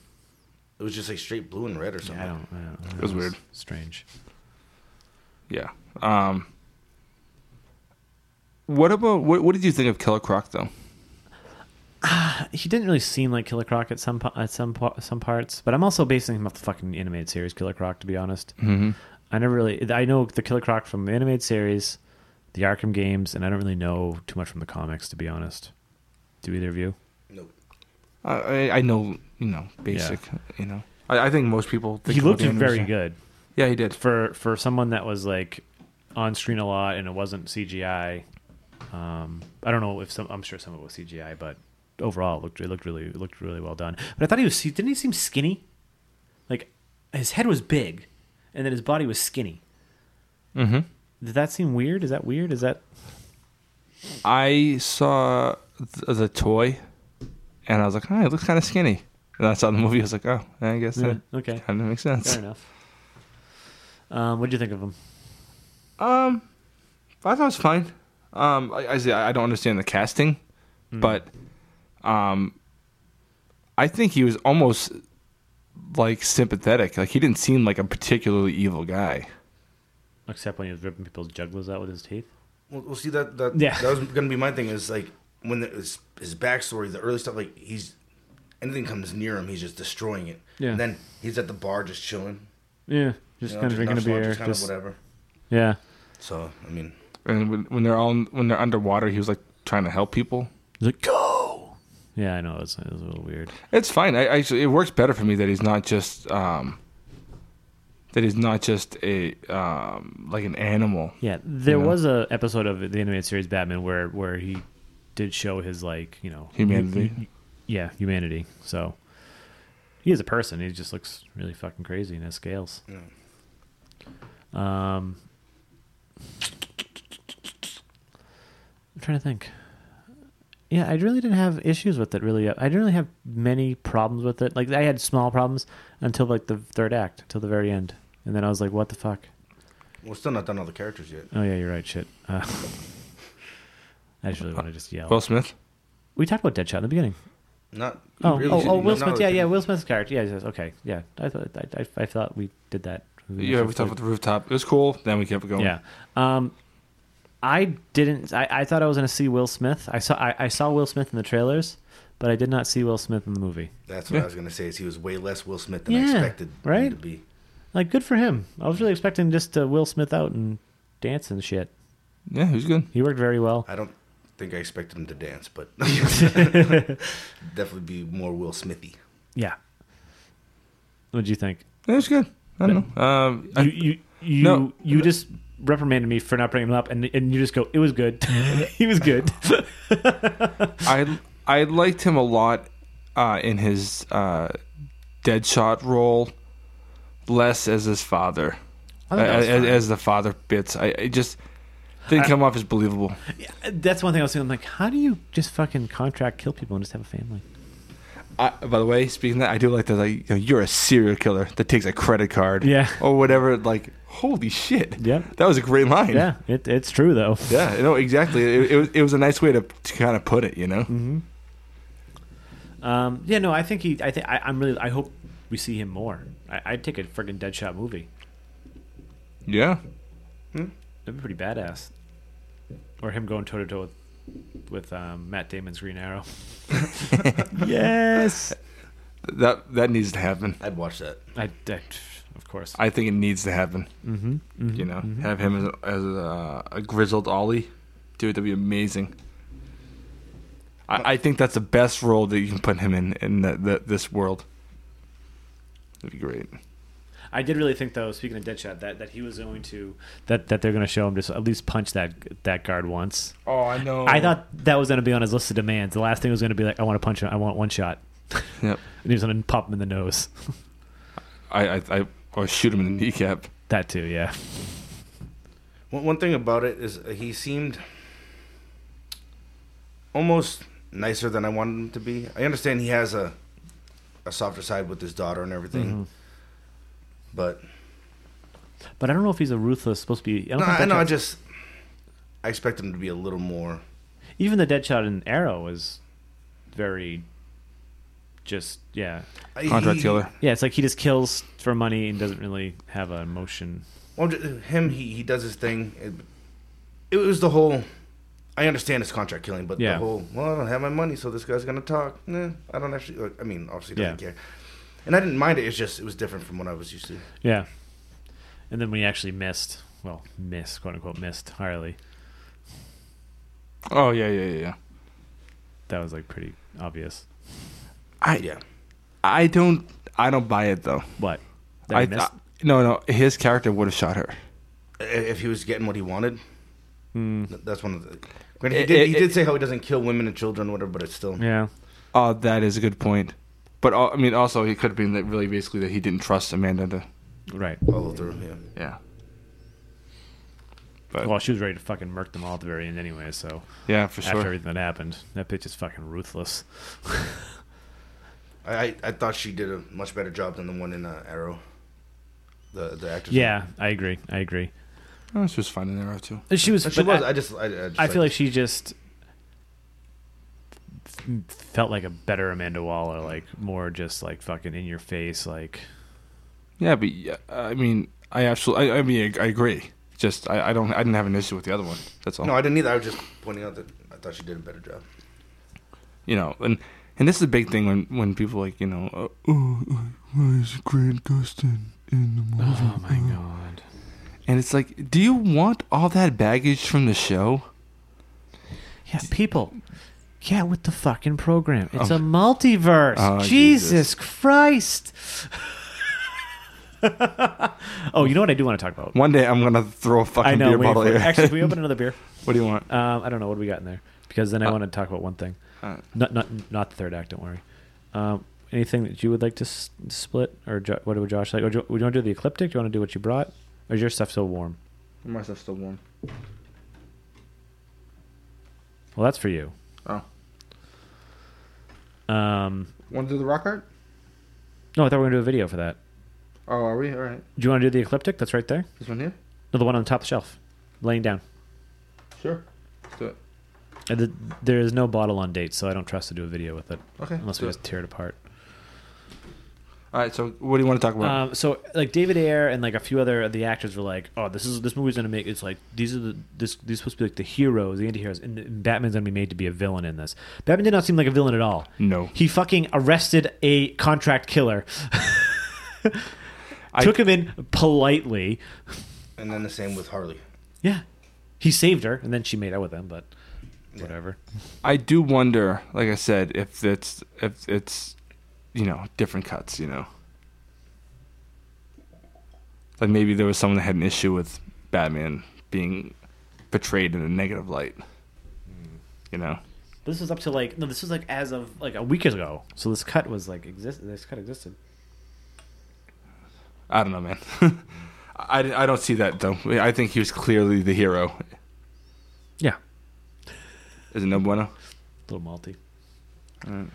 it was just like straight blue and red or something.
Yeah, I don't. I don't know. It
was weird.
Strange.
Yeah. Um. What about what? What did you think of Killer Croc though?
Uh, He didn't really seem like Killer Croc at some po- at some po- some parts, but I'm also basing him off the fucking animated series Killer Croc. To be honest,
Mm-hmm.
I never really. I know the Killer Croc from the animated series, the Arkham games, and I don't really know too much from the comics. To be honest, do either of you?
Nope.
I I know you know basic you know. I, I think most people. Think
he
about
looked
the
very
animation.
good
Yeah, he did.
for for someone that was like on screen a lot and it wasn't CGI. Um, I don't know if some. I'm sure some of it was CGI, but overall, it looked it looked really it looked really well done. But I thought he was. Didn't he seem skinny? Like his head was big, and then his body was skinny.
Mm-hmm.
Did that seem weird? Is that weird? Is that
I saw the, the toy, and I was like, "Huh, it looks kind of skinny." And I saw the movie. I was like, "Oh, I guess that
okay?
kind of makes sense."
[laughs] Fair enough. Um, what do you think of him?
Um, I thought it was fine. Um, I, I say I don't understand the casting, but um, I think he was almost like sympathetic. Like he didn't seem like a particularly evil guy.
Except when he was ripping people's jugglers out with his teeth.
Well, we'll see that that
Yeah.
that was gonna be my thing is like when the, his, his backstory, the early stuff, like he's anything comes near him, he's just destroying it.
Yeah.
And then he's at the bar just chilling,
Yeah, just
you know,
kind of drinking a
nonchalant,
beer.
just kind
just-
of whatever.
yeah,
So I mean,
And when, when they're all when they're underwater, he was like trying to help people.
He's like go. Yeah, I know it was, it was a little weird.
It's fine. I actually it works better for me that he's not just um that he's not just a um like an animal.
Yeah, there
Yeah.
was a episode of the animated series Batman where where he did show his like you know
Humanity.
hu- hu- yeah, humanity. So he is a person. He just looks really fucking crazy and has scales. Um, I'm trying to think. Yeah, I really didn't have issues with it. Really, I didn't really have many problems with it. Like I had small problems until like the third act, till the very end, and then I was like, "What the fuck."
we're still not done all the characters yet.
Oh yeah, you're right. Shit. Uh, [laughs] I just really want to just yell.
Will Smith.
we talked about Deadshot in the beginning.
Not
Oh,
really,
oh, oh,
no,
Will
not
Smith.
really.
Yeah, yeah, Will Smith's character. Yeah, yes, okay. Yeah, I thought I, I, I thought we did that.
Yeah, we talked about the rooftop. It was cool. Then we kept going.
Yeah. Um, I didn't. I, I thought I was going to see Will Smith. I saw I, I saw Will Smith in the trailers, but I did not see Will Smith in the movie.
That's what I was gonna say. Is he was way less Will Smith than I
Yeah,
expected
right?
him to be.
Like, good for him. I was really expecting just uh, Will Smith out and dance and shit.
Yeah, he was good.
He worked very well.
I don't think I expected him to dance,
[laughs]
but [laughs] definitely be more Will Smithy.
Yeah. What do you think?
It was good. I don't know. Um, I-
you you you,
No.
you just reprimanded me for not bringing him up, and and you just go, it was good. [laughs] he was good.
I I liked him a lot uh, in his uh, Deadshot role, less as his father,
I thought that was
as,
fine.
as the father bits. I, I just didn't come off as believable.
[laughs] That's one thing I was thinking. I'm like, how do you just fucking contract kill people and just have a family?
I, by the way, speaking of that, I do like that. Like you know, you're a serial killer that takes a credit card,
Yeah.
or whatever. Like holy shit,
Yep.
that was a great line.
Yeah, it, it's true though.
yeah. No, exactly. It, it was it was a nice way to, to kind of put it. You know.
Um, yeah, no, I think he. I think I, I'm really. I hope we see him more. I, I'd take a freaking Deadshot movie.
Yeah.
That'd be pretty badass. Or him going toe to toe with with um, Matt Damon's Green [laughs] Arrow. yes,
That that needs to happen.
I'd watch that.
I, I of course.
I think it needs to happen.
Mm-hmm.
You know, have him as a, as a, a grizzled Ollie, dude. That'd be amazing. I, I think that's the best role that you can put him in in the, the, this world. That'd be great.
I did really think though, speaking of Deadshot, that, that he was going to that, that they're going to show him just at least punch that that guard once.
Oh, I know.
I thought that was going to be on his list of demands. The last thing was going to be like, I want to punch him. I want one shot.
Yep.
And he was going to pop him in the nose. [laughs]
I I, I or shoot him in the kneecap.
that too, yeah.
One, one thing about it is uh, he seemed almost nicer than I wanted him to be. I understand he has a a softer side with his daughter and everything,
Mm-hmm.
but
But I don't know if he's a ruthless supposed to be. I
I
don't
no,
think
I know. I
Deadshot-
just I expect him to be a little more.
even the Deadshot and Arrow was very just yeah
I-
Contract
uh, he-
killer.
yeah. It's like he just kills for money and doesn't really have an emotion.
Well, ju- uh, him, he he does his thing. It, it was the whole. I understand it's contract killing, but
Yeah.
the whole well, I don't have my money, so this guy's gonna talk. Nah, I don't actually. like, I mean, obviously, he doesn't
Yeah.
care. And I didn't mind it. It's just it was different from what I was used to.
Yeah. And then when he actually missed, well, missed, quote unquote, missed Harley,
Oh yeah yeah yeah. yeah.
that was like pretty obvious.
I
Yeah.
I don't I don't buy it though.
What? That he
I,
missed?
I no no his character would have shot her.
I- If he was getting what he wanted, th- that's one of the. Granted, he,
It-
did, he
it-
did say how he doesn't kill women and children, whatever, but it's still.
yeah.
Oh, that is a good point. But uh, I mean, also he could have been that really basically that he didn't trust Amanda. To,
Right.
All through, yeah.
yeah. But
Well, she was ready to fucking murk them all at the very end anyway, so
yeah, for
after
sure.
everything that happened, that bitch is fucking
[laughs]
ruthless.
I, I I thought she did a much better job than the one in uh, Arrow. The the actress.
Yeah, I agree. I agree.
Oh, she was fine in there too.
And She was,
And she
but
was. I,
I,
just. I, I, just
I feel like she just f- felt like a better Amanda Waller, like more just like fucking in your face, like
Yeah, but yeah, I mean, I absolutely. I, I mean, I, I agree. Just I, I don't. I didn't have an issue with the other one. That's all.
No, I didn't either. I was just pointing out that I thought she did a better job.
you know, and and this is a big thing when when people like you know, uh, oh, uh, why is Grant Gustin in the movie?
Oh my god.
And it's like, do you want all that baggage from the show?
Yeah, people. Yeah, with the fucking program. It's a multiverse.
Oh,
Jesus.
Jesus.
Christ. [laughs] oh, you know what I do want to talk about?
One day I'm gonna throw a fucking
I know.
beer
wait
bottle
for
here.
it. Actually,
[laughs]
can we open another beer?
what do you want?
Um, I don't know what do we got in there because then I
Uh,
want to talk about one thing.
uh,
not not not the third act. Don't worry. Um, anything that you would like to s- split or jo- what would Josh like? Or do, would you want to do the ecliptic? Do you want to do what you brought? Or is your stuff so warm?
My stuff's still warm.
Well, that's for you.
Oh,
Um,
want to do the rock art?
no, I thought we were gonna do a video for that.
Oh, are we? All right.
Do you want to do the ecliptic? That's right there.
This one here.
No, the one on the top shelf, laying down.
Sure. Let's do it.
And the, there is no bottle on date, so I don't trust to do a video with it
Okay.
unless we just tear it apart.
All right. So, what do you want to talk about?
Um, so like David Ayer and like a few other of the actors were like, oh, this is this movie's gonna make it's like these are the this these are supposed to be like the heroes, the anti-heroes, and, and Batman's gonna be made to be a villain in this. Batman did not seem like a villain at all.
no.
He fucking arrested a contract killer,
[laughs] I-
took him in politely.
And then the same with Harley.
Yeah, he saved her, and then she made out with him, but whatever.
I do wonder, like I said, if it's if it's you know different cuts. You know, like maybe there was someone that had an issue with Batman being portrayed in a negative light. You know.
This was up to like no, this was like as of like a week ago. So this cut was like exist. This cut existed.
I don't know, man. [laughs] I, I don't see that though. I think he was clearly the hero.
Yeah,
Is it no bueno?
little malty. Mm.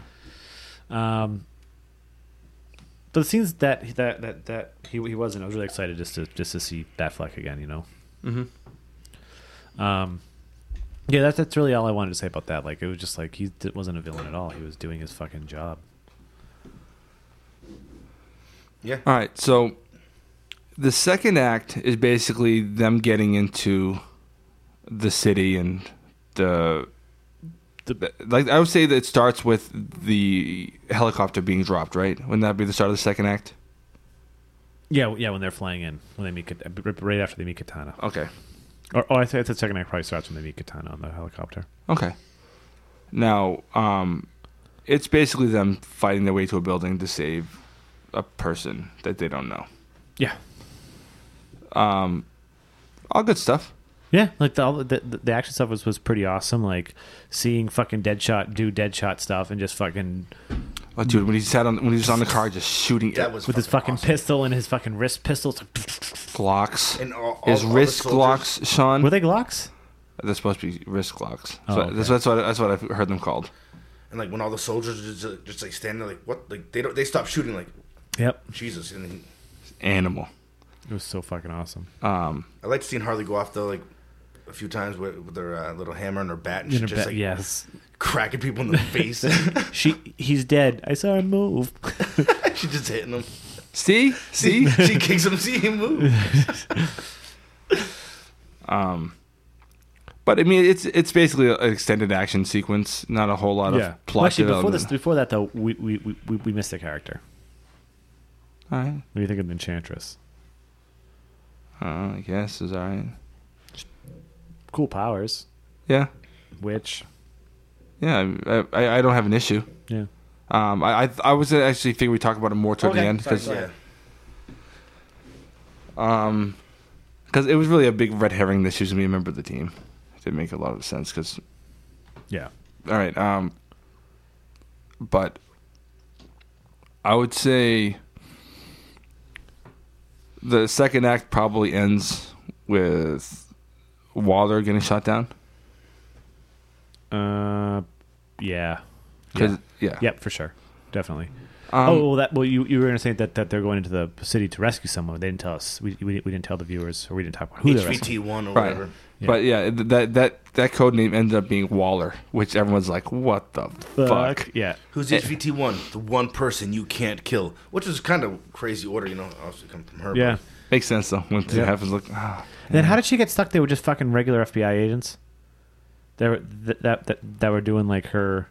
Alright.
Um, but it seems that that that that he he wasn't. I was really excited just to just to see Batfleck again. You know.
Mm-hmm.
Um, yeah, that's that's really all I wanted to say about that. Like it was just like he d- wasn't a villain at all. He was doing his fucking job.
Yeah.
All right, so the second act is basically them getting into the city and the, the like. I would say that it starts with the helicopter being dropped. Right? Wouldn't that be the start of the second act?
Yeah, yeah. When they're flying in, when they meet Kat- right after they meet Katana,
Okay.
or oh, I think the second act probably starts when they meet Katana on the helicopter.
Okay. Now, um, it's basically them fighting their way to a building to save a person that they don't know.
Yeah,
Um, all good stuff.
yeah. Like the all the, the, the action stuff was was pretty awesome. Like seeing fucking Deadshot do Deadshot stuff and just fucking
Oh, dude, when he sat on when he was on the car, just shooting
That
at
was
with his fucking
awesome.
pistol and his fucking wrist pistols. [laughs]
Glocks.
And all, all,
His
all the
wrist
soldiers-
Glocks, Sean.
Were they Glocks?
They're supposed to be wrist Glocks.
Oh,
so
okay.
that's, that's what that's what I've heard them called.
And like when all the soldiers are just, uh, just like standing there, like what? Like they don't. They stop shooting. Like
Yep.
Jesus. And he,
Animal.
It was so fucking awesome.
Um,
I like seeing Harley go off though, like a few times with, with their uh, little hammer and her bat and
In
shit,
a
just
ba-
like
yes.
cracking people in
[laughs]
the face. [laughs]
She he's dead. I saw him move.
she just hitting
[laughs]
them.
see, see.
she kicks him. See him move.
Um, [laughs] but I mean, it's it's basically an extended action sequence. Not a whole lot of
Well,
plot
actually, before
development.
this, before that though, we we, we- we, we missed a character.
all right,
What do you think of the Enchantress?
uh, I guess is all right.
Cool powers.
Yeah,
Witch.
yeah. I I, I don't have an issue.
Yeah.
Um, I I, I was actually thinking we talk about it more toward the
Okay,
end
sorry,
because
yeah.
um, because it was really a big red herring that she was gonna be a member of the team. It didn't make a lot of sense because
Yeah.
all right um but i would say the second act probably ends with waller getting shot down
Uh, yeah.
because yeah.
Yep, for sure. Definitely.
Um,
oh, well, that well, you, you were going to say that, that they're going into the city to rescue someone. They didn't tell us. We, we, we didn't tell the viewers, or we didn't talk about who they're rescuing.
HVT one or
Right.
whatever.
but yeah th- that that that code name ended up being waller which everyone's like what the fuck,
Yeah.
Who's HVT one? The one person you can't kill, which is kind of crazy order, you know. Obviously, come from her.
Yeah.
makes sense though when it
Yeah.
happens like ah,
And then how did she get stuck? They were just fucking regular FBI agents. They were th- that that that were doing like her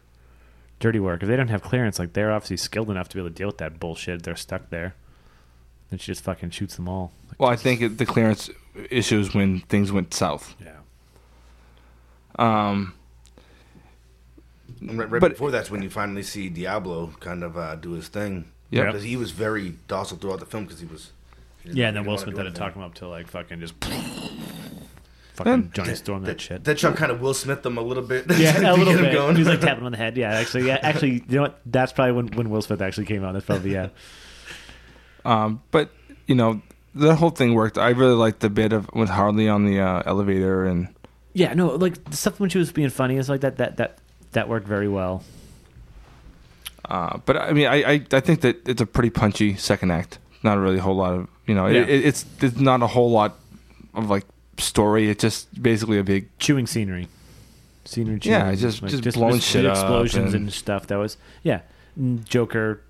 dirty work. If they don't have clearance, like they're obviously skilled enough to be able to deal with that bullshit. They're stuck there. Then she just fucking shoots them all. Like,
well i think it, the clearance issue is when things went south
yeah.
um
And right right
But-
before that's when you finally see Diablo kind of uh, do his thing.
Yeah.
because he was very docile throughout the film because he was. he didn't-
Yeah, and then
he didn't
Will
wanna
Smith
do
had to
anything.
talk him up to like fucking just fucking Johnny Storm that shit.
That shot kind of Will Smith them a little bit. [laughs]
[laughs]
to
Yeah, a
get
little
him
bit.
going.
He was [laughs] like tapping him on the head. Yeah, actually, yeah, actually, you know what? That's probably when, when Will Smith actually came out. That's probably yeah.
Um, but you know, the whole thing worked. I really liked the bit of with Harley on the uh, elevator, and
[laughs] Yeah, no, like the stuff when she was being funny is like that that that that worked very well.
uh, but I mean, I, I I think that it's a pretty punchy second act. Not really a whole lot of you know, it,
Yeah.
it, it's it's not a whole lot of like story. It's just basically a big
Chewing scenery, scenery. Chewing,
Yeah, just- just blowing shit up
explosions
and-
and... stuff. That was yeah, Mm, Joker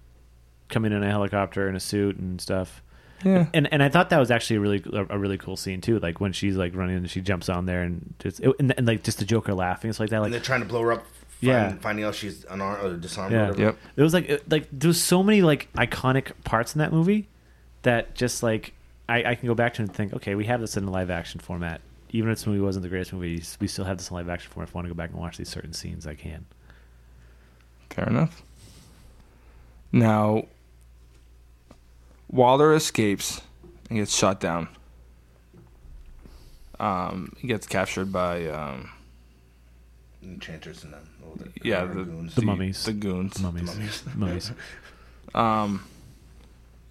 coming in a helicopter in a suit and stuff.
yeah.
And and I thought that was actually a really a, a really cool scene too. Like when she's like running and she jumps on there and just it, and, and like just the Joker laughing. It's like that.
and
Like
they're trying to blow her up.
Yeah.
find- finding out she's unarmed or disarmed.
Yeah.
Or whatever.
Yep.
There was like it- like there's so many like iconic parts in that movie that just like I, I can go back to and think, okay, we have this in a live action format. Even if this movie wasn't the greatest movie, we still have this in live action format. If I want to go back and watch these certain scenes, I can.
Fair enough. Now, Waller escapes and gets shot down. Um, he gets captured by um,
Enchanters and them. all the-
yeah,
the
the,
goons.
The mummies.
the goons,
Mummies,
mummies.
[laughs] mummies.
Um,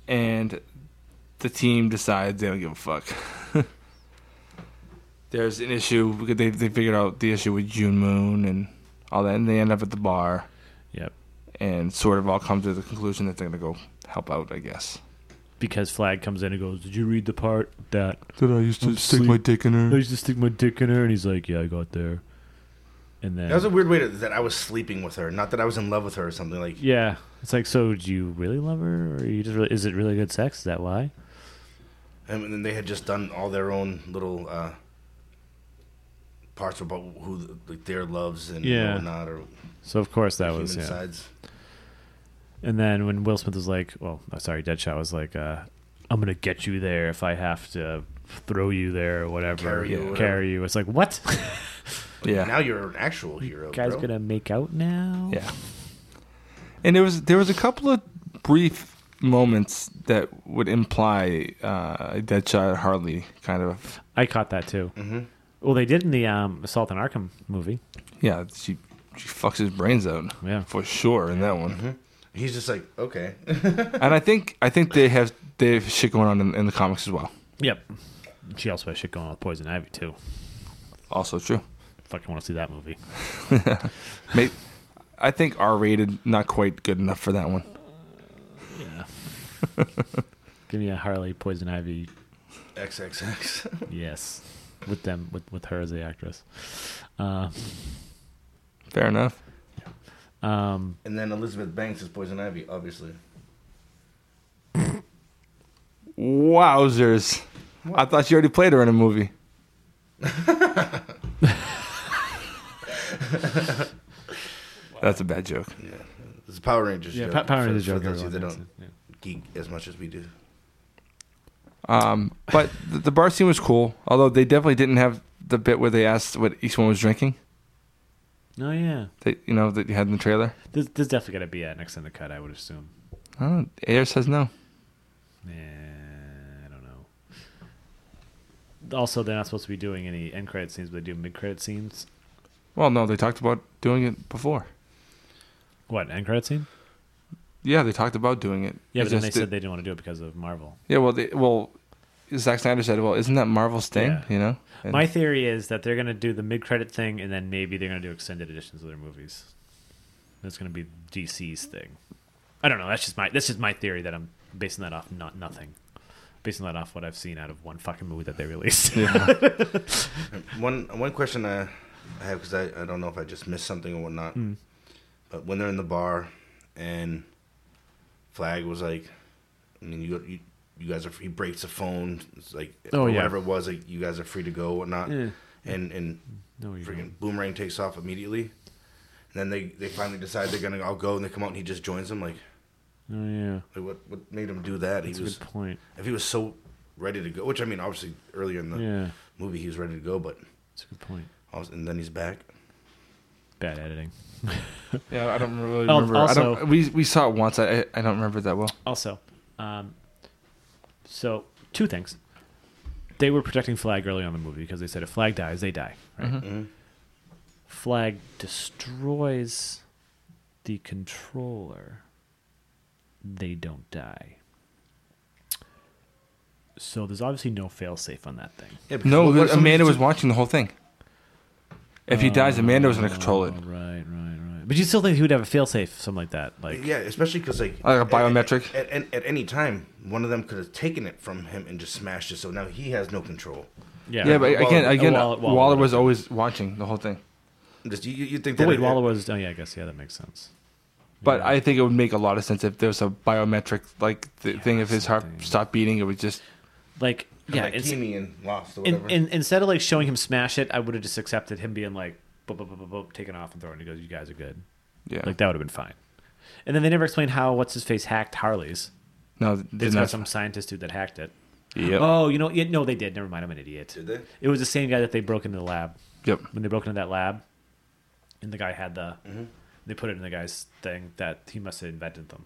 and the team decides they don't give a fuck. [laughs] There's an issue because they they figured out the issue with June Moon and all that, and they end up at the bar
Yep.
and sort of all come to the conclusion that they're gonna go help out, I guess.
Because Flag comes in and goes, "Did you read the part that
Did I used
to I'm stick my asleep.
dick in
I used to stick my dick in her?" And he's like, "Yeah, I got there." And then
That was a weird way to, that I was sleeping with her. Not that I was in love with her or something like.
yeah, it's like, so do you really love her, or are you just really, is it really good sex? Is that why?
And then they had just done all their own little uh, parts about who like their loves and
Yeah.
whatnot or
So of course that
human
was yeah.
sides.
And then when Will Smith was like, well, uh, sorry, Deadshot was like, uh, I'm gonna get you there if I have to throw you there or whatever.
Carry you or whatever.
Carry you. It's like [laughs] what?
Yeah.
Now you're an actual hero,
Guys
bro.
gonna make out now?
Yeah. And there was there was a couple of brief moments that would imply uh, Deadshot Harley kind of
I caught that too.
Mm-hmm.
Well, they did in the um, Assault on Arkham movie.
yeah she she fucks his brains out
Yeah.
for sure in that one.
He's just like, okay. [laughs]
And I think I think they have they have shit going on in, in the comics as well.
Yep. She also has shit going on with Poison Ivy too.
Also true.
Fucking want to see that movie.
Maybe, I think R rated not quite good enough for that one.
Yeah. Give me a Harley Poison Ivy.
XXX.
Yes. With them, with with her as the actress. Uh,
Fair enough.
um,
[laughs] and then Elizabeth Banks is Poison Ivy, obviously.
Wowzers! I thought you already played her in a movie. That's a bad joke.
Yeah. It's a Power Rangers
yeah,
joke.
Pa- Power Rangers
for,
joke.
For those of you that
everyone
don't
knows it,
geek as much as we do.
Um, but the, the bar scene was cool, although they definitely didn't have the bit where they asked what each one was drinking.
yeah. Oh yeah.
That you know that you had in the trailer.
There's, there's definitely gotta be an next in the cut. I would assume.
I don't know. Ayer says no.
Yeah, I don't know. Also, they're not supposed to be doing any end credit scenes, but they do mid credit scenes.
Well, no, they talked about doing it before.
What end credit scene?
Yeah, they talked about doing it.
Yeah,
It
but then they
just
said
did-
they didn't want to do it because of Marvel.
Yeah, well, they, well, Zack Snyder said, "Well, isn't that Marvel's thing?"
Yeah.
You know. And-
My theory is that they're going to do the mid credit thing, and then maybe they're going to do extended editions of their movies. That's going to be DC's thing. I don't know. That's just my that's just my theory that I'm basing that off not nothing, basing that off what I've seen out of one fucking movie that they released.
Yeah.
[laughs]
One one question I, I have because I, I don't know if I just missed something or whatnot,
Hmm.
but when they're in the bar, and Flag was like, I mean you you, you guys are he breaks the phone, it's like
Oh,
or
yeah.
whatever it was like you guys are free to go whatnot,
Yeah.
and and
No, you
freaking
don't.
boomerang takes off immediately, and then they they finally decide they're gonna all go and they come out and he just joins them like.
Oh yeah,
Like what, what made him do that?
that's
he
a
was
good point.
if he was so ready to go, which I mean, obviously earlier in the
Yeah,
movie he was ready to go, but
that's a good point.
all of a- and then he's back.
Bad editing.
Yeah, I don't really
Al-
remember. I
Oh, also-
don't, we we saw it once. I I- I don't remember it that well.
Also, um, so two things. They were protecting Flag early on in the movie because they said if Flag dies, they die. Right?
Mm-hmm.
Flag destroys the controller. They don't die. So there's obviously no failsafe on that thing.
Yeah, because
No,
what- what if
Amanda
somebody
was
just-
watching the whole thing. If he dies, Amanda was going to control it,
Oh, right, right, right. But you still think he would have a failsafe, something like that. Like,
Yeah, especially because like
Like a
at-
biometric?
At, at, at any time, one of them could have taken it from him and just smashed it. So now he has no control.
yeah.
Yeah, but again,
Waller-
again,
Waller- Waller
Waller
would
was
have-
always watching the whole thing.
Just you, you you'd think
But
that
wait,
it-
Waller was. Oh yeah, I guess yeah, that makes sense.
But I think it would make a lot of sense if there was a biometric like th- thing. If his heart
something.
stopped beating, it would just
Like, yeah,
like
it's,
Kimi and lost or
in,
whatever.
in, instead of like showing him smash it, I would have just accepted him being like, boop, boop, boop, boop, boop, taking off and throwing. He goes, "You guys are good."
yeah.
Like that would have been fine. And then they never explained how what's his face hacked Harley's.
no,
They
didn't
just got
have
some scientist dude that hacked it.
Yep.
Oh, you know, yeah, no, they did. Never mind, I'm an idiot.
Did they?
It was the same guy that they broke into the lab
yep.
when they broke into that lab, and the guy had the.
Mm-hmm.
They put it in the guy's thing that he must have invented them.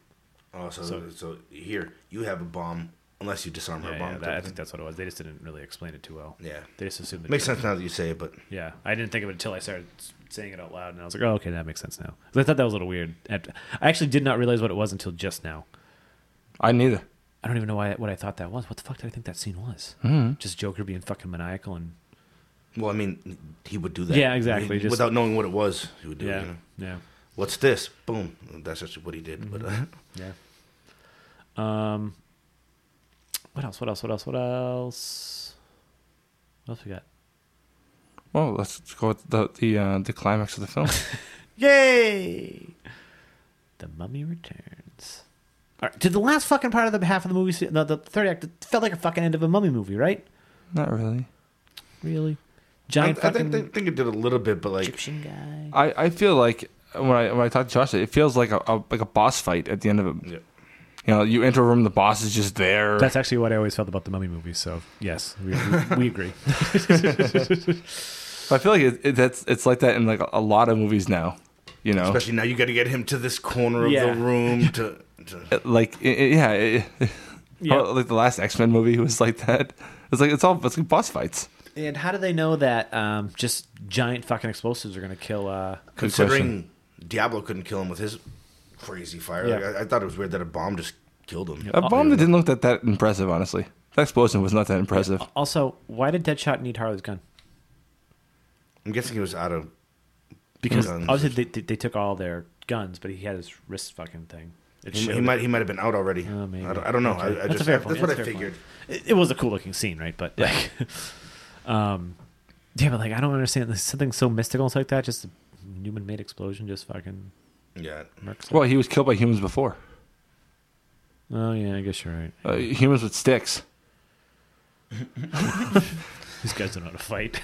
oh, so,
so-
so here you have a bomb unless you disarm her
Yeah,
bomb.
yeah,
type
that- I
of
think
thing.
that's what it was. They just didn't really explain it too well.
yeah.
They just assumed. that-
Makes sense now that you say it, but
Yeah, I didn't think of it until I started s- saying it out loud, and I was like, "Oh, okay, that makes sense now." 'Cause I thought that was a little weird. At- I actually did not realize what it was until just now.
I neither.
I don't even know why what I thought that was. What the fuck did I think that scene was?
Hmm.
Just Joker being fucking maniacal and
well, I mean, he would do that.
Yeah, exactly,
He-
just-
without knowing what it was, he would do it.
yeah,
You know?
yeah,
What's this? Boom. That's actually what he did. But uh,
yeah. Um, what else? What else? What else? What else? What else we got?
Well, let's go with the the uh, the climax of the film.
Yay! The Mummy Returns. All right. Did the last fucking part of the half of the movie, se- the, the third act, it felt like a fucking end of a Mummy movie, right?
Not really.
Really?
I, I
Giant fucking
think, they, think it did a little bit, but like
Egyptian guy.
I, I feel like when I when I talked to Josh, it feels like a, a like a boss fight at the end of it.
Yeah.
You know, you enter a room, the boss is just there.
That's actually what I always felt about the Mummy movie. So yes, we, we, we agree.
I feel like it, it, that's it's like that in like a lot of movies now. You know,
Especially now, you got to get him to this corner of
Oh. Yeah.
the room
[laughs]
to. to
like i i- yeah, [laughs] i-
[laughs] Yeah.
Oh, like the last X Men movie was like that. It's like it's all it's like boss fights.
and how do they know that um, just giant fucking explosives are going to kill? Uh,
considering Diablo couldn't kill him with his crazy fire,
Yeah.
like, I, I thought it was weird that a bomb just killed him.
A bomb that Uh, didn't look that that impressive, honestly. That explosion was not that impressive.
also, why did Deadshot need Harley's gun?
I'm guessing he was out of
Because
guns.
obviously they, they, they took all their guns, but he had his wrist fucking thing. It
He,
showed
he
it.
might he might have been out already.
Oh, maybe.
I, don't, I don't know.
Okay.
I, I
That's
just
a fair
that's
point.
what
That's
I
a fair
figured.
It, it was a cool looking scene, right? But like, [laughs] um, yeah, but like I don't understand this something so mystical like that. Just a human made explosion, just fucking.
Yeah.
murks it.
Well, he was killed by humans before.
Oh yeah, I guess you're right.
Uh, humans with sticks.
These guys don't know how to fight.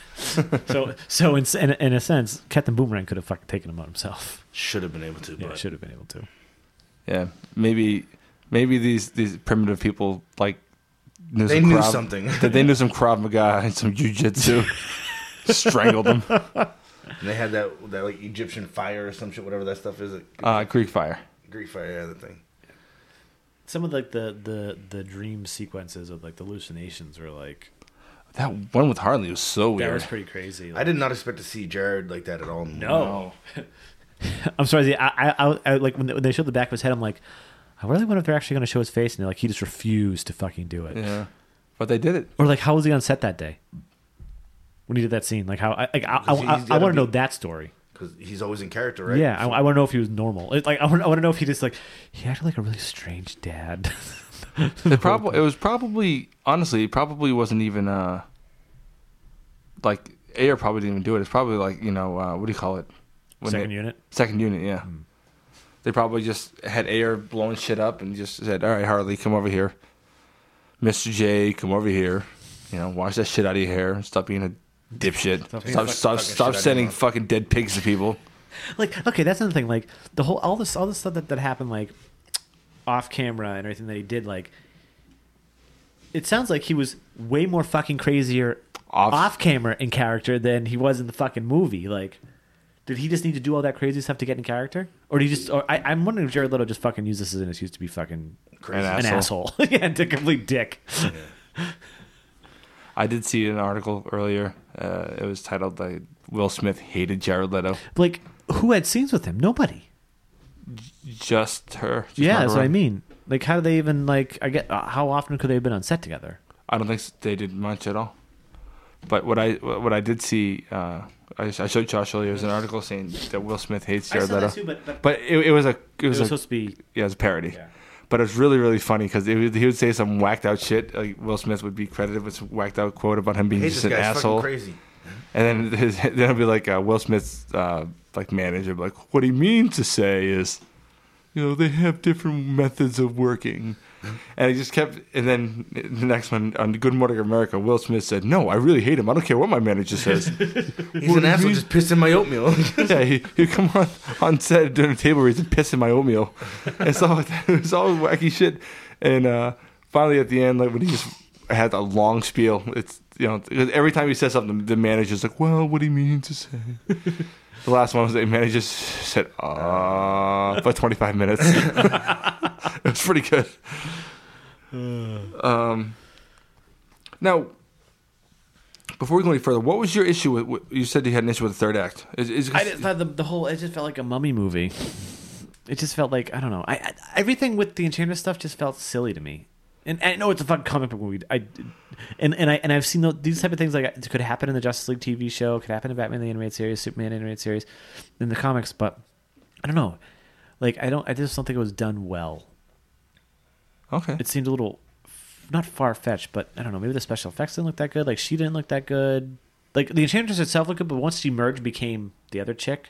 [laughs] so so in, in in a sense, Captain Boomerang could have fucking taken him out himself. [laughs]
Should have been able to,
Yeah,
but
should have been able to.
Yeah, maybe maybe these these primitive people like knew
they
some
knew
[laughs]
Krav-
something.
[laughs] that they knew some Krav Maga and some jujitsu. Strangled them.
And they had that that like Egyptian fire or some shit, whatever that stuff is.
Uh, Greek fire.
Greek fire, yeah, that thing.
Some of like the the the dream sequences of like the hallucinations were like
That one with Harley was so
that
weird.
was pretty crazy.
I did not expect to see Jared like that at all. in the movie.
No. [laughs] I'm sorry. Z, I, I, I, I- like when they- when they showed the back of his head. I'm like, I really wonder if they're actually going to show his face. And they're like, he just refused to fucking do it.
yeah, but they did it.
Or like, how was he on set that day when he did that scene? Like, how? I, like, I, I,
Because he's
I,
gotta
want to know
be-
that story.
because he's always in character, right?
Yeah, I, I want to know if he was normal. It, like, I want, I want to know if he just like he acted like a really strange [laughs] dad.
It probably it was probably honestly it probably wasn't even uh like air probably didn't even do it. It's probably like you know uh, what do you call it? When
Second
they-
unit.
Second unit, yeah. They probably just had air blowing shit up and just said, "All right, Harley, come over here, Mister J, come over here. You know, wash that shit out of your hair. Stop being a dipshit. Stop, stop,
being fucking-
stop,
fucking shit out of your
sending
mouth."
fucking dead pigs to people."
like okay that's another thing like the whole all this all this stuff that, that happened like off camera and everything that he did like it sounds like he was way more fucking crazier
Off-
off, camera in character than he was in the fucking movie like did he just need to do all that crazy stuff to get in character or did he just or I, i'm wondering if jared leto just fucking used this as an excuse to be fucking
Crazy.
an
And
asshole [laughs] yeah and to complete dick
I did see an article earlier. Uh, it was titled like Will Smith hated Jared Leto.
like who had scenes with him nobody
Just her. Just
yeah that's what i
Margot
mean like how do they even like i get uh, how often could they have been on set together
I don't think they did much at all. But what I what I did see, uh, I, I showed Josh earlier. There's an article saying that Will Smith hates
I
Jared
saw
Leto.
that too, but- but-
it, it was a it
it was
was, a,
supposed to be
yeah, it was a parody.
Yeah.
But it was really really funny because he would say some whacked out shit. Like Will Smith would be credited with some whacked out quote about him being
Hey,
just
this
an
guy's
asshole,
fucking crazy.
and then his, [laughs] then it'd be like uh, Will Smith's uh, like manager, like what he means to say is, you know, they have different methods of working. And he just kept, and then the next one on Good Morning America, Will Smith said, "No, I really hate him. I don't care what my manager says."
He's
What do
an
you
asshole
mean?
just pissing my oatmeal.
[laughs] yeah, he he come on on set during the table reads and pissing my oatmeal. And so it was all wacky shit. And uh, finally, at the end, like when he just had a long spiel, it's you know 'cause every time he says something, the manager's like, "Well, what do you mean to say?" the last one was the manager just said, "Ah," for twenty five minutes. [laughs] it was pretty good. Um, now before we go any further, what was your issue with? with you said you had an issue with the third act. Is, is,
I just thought the, the whole it just felt like a mummy movie. It just felt like I don't know. I, I everything with the Enchantress stuff just felt silly to me. And I know it's a fucking comic book movie. I and and I and I've seen tho- these type of things like it could happen in the Justice League TV show, could happen in Batman the animated series, Superman animated series, in the comics. But I don't know. Like I don't. I just don't think it was done well.
okay.
It seemed a little f- not far fetched, but I don't know. Maybe the special effects didn't look that good. Like she didn't look that good. Like the Enchantress herself looked good, but once she merged, became the other chick.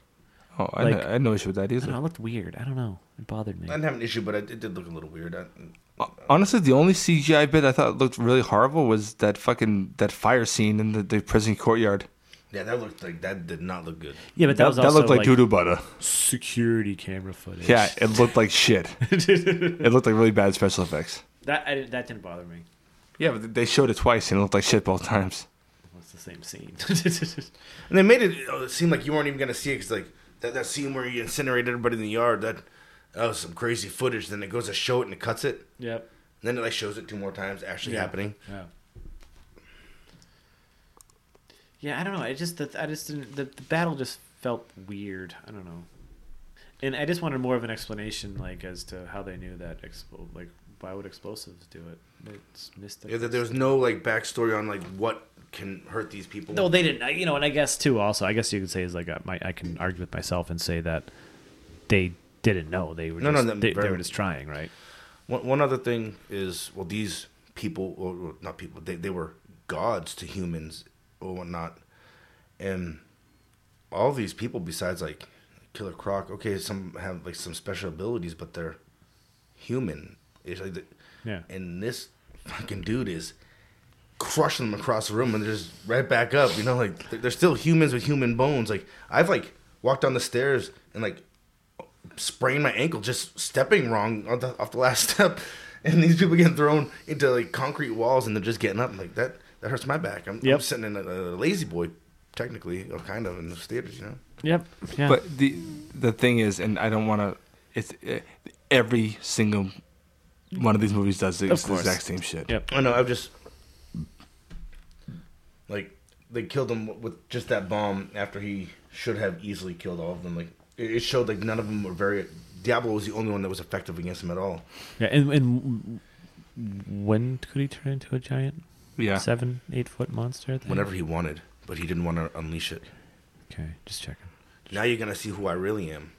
Oh, I,
like-
had- I had no issue with that
I don't know,
either.
it looked weird. I don't know. It bothered me.
I didn't have an issue, but it, it did look a little weird. I,
Honestly, the only CGI bit I thought looked really horrible was that fucking that fire scene in the, the prison courtyard.
Yeah, that looked like that did not look good.
Yeah, but that, was also
looked like, doo doo butter.
security camera footage. [laughs]
Yeah, it looked like shit. it looked like really bad special effects.
that I didn't, that didn't bother me.
Yeah, but they showed it twice and it looked like shit both times.
It's the same scene. [laughs]
And they made it uh, seem like you weren't even gonna see it because like that, that scene where you incinerated everybody in the yard that that was some crazy footage. Then it goes to show it and it cuts it.
yep.
And then it like shows it two more times actually happening.
Yeah. Yeah, I don't know. I just the, I just didn't the, the battle just felt weird. I don't know. And I just wanted more of an explanation like as to how they knew that expl- like why would explosives do it? It's mystic.
Yeah, that there was no like backstory on like what can hurt these people.
No, they didn't. I, you know, and I guess too. Also, I guess you could say is like uh, my, I can argue with myself and say that they didn't know. They were
No, no,
just,
that-
they, they
very-
were just trying, right?
One, one other thing is, well, these people, or or not people, they, they were gods to humans or whatnot. And all these people, besides like Killer Croc, okay, some have like some special abilities, but they're human. It's like the,
Yeah.
And this fucking dude is crushing them across the room and they're just right back up. You know, like they're- they're still humans with human bones. Like I've like walked down the stairs and like sprained my ankle just stepping wrong off the, off the last [laughs] step, and these people getting thrown into like concrete walls and they're just getting up like that. That hurts my back. I'm, I'm
Yep.
sitting in a, a lazy boy, technically, or kind of in the theaters. You know,
Yep. Yeah.
But the the thing is, and I don't want to. It's eh, every single one of these movies does the,
Of
the exact
course.
same shit.
Yep.
I know. I've just like they killed him with just that bomb after he should have easily killed all of them. Like it it showed like none of them were very. Diablo was the only one that was effective against him at all.
yeah. And, and when could he turn into a giant
Yeah.
seven eight foot monster? Thing?
Whenever he wanted, but he didn't want to unleash it.
Okay, just checking.
Now you're gonna see who I really am.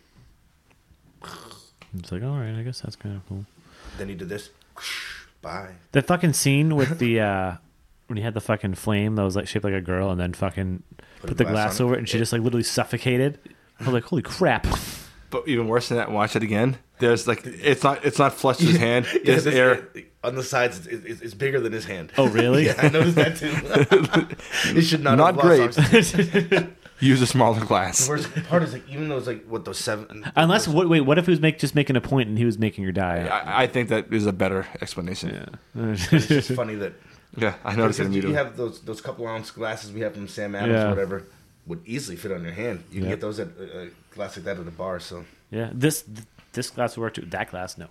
It's like all right. I guess that's kind of cool.
Then he did this. Bye.
The fucking scene with
[laughs]
the uh when he had the fucking flame that was like shaped like a girl and then fucking put,
Put a
the
glass
glass
on it.
over it and she
Yeah.
just like literally suffocated. I was like,
[laughs]
holy crap. [laughs]
But even worse than that, watch it again. There's like it's not it's not flush
[laughs]
to his hand.
Yeah,
There's
this-
air.
it- on the sides. It's, it's, it's bigger than his hand.
Oh really?
[laughs] yeah, I noticed that too. it should not.
Not
have
great.
Lost oxygen.
Use a smaller glass.
the worst part is like even those like what those seven.
Unless what wait, what if he was make just making a point and he was making her die?
I, I think that is a better explanation.
it's just funny that
Yeah, I noticed it
because you
immediately.
have those those couple ounce glasses we have from Sam Adams
Yeah.
or whatever would easily fit on your hand. You can
Yeah.
get those at a, a glass like that at a bar. So
[laughs] Yeah. This this glass would work too. That glass, no.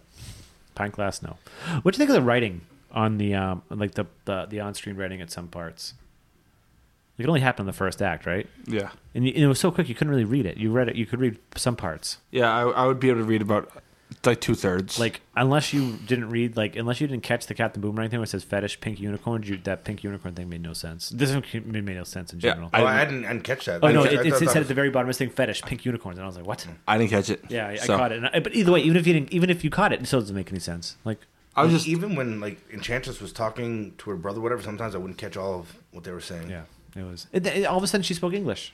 Pint glass, no. What do you think of the writing on the um like the the, the on screen writing at some parts? It could only happen in the first act, right?
yeah,
And, you, and it was so quick you couldn't really read it. You read it, you could read some parts.
yeah, I, I would be able to read about like two thirds.
like unless you didn't read like unless you didn't catch the Captain Boomerang thing where it says fetish pink unicorn you, that pink unicorn thing made no sense. This one c- made no sense in
Yeah,
general.
I
oh, I didn't, I didn't catch that.
oh
I
no,
thought-
it,
I
it,
thought
said
that
at the very bottom it's saying fetish pink unicorns and I was like what?
I didn't catch it.
Yeah, I,
So,
I caught it. And I, but either way, even if you didn't, even if you caught it, it still doesn't make any sense. Like
I was
was-
just
even when like Enchantress was talking to her brother, whatever. Sometimes I wouldn't catch all of what they were saying.
yeah, it was. It, it- all of a sudden she spoke English.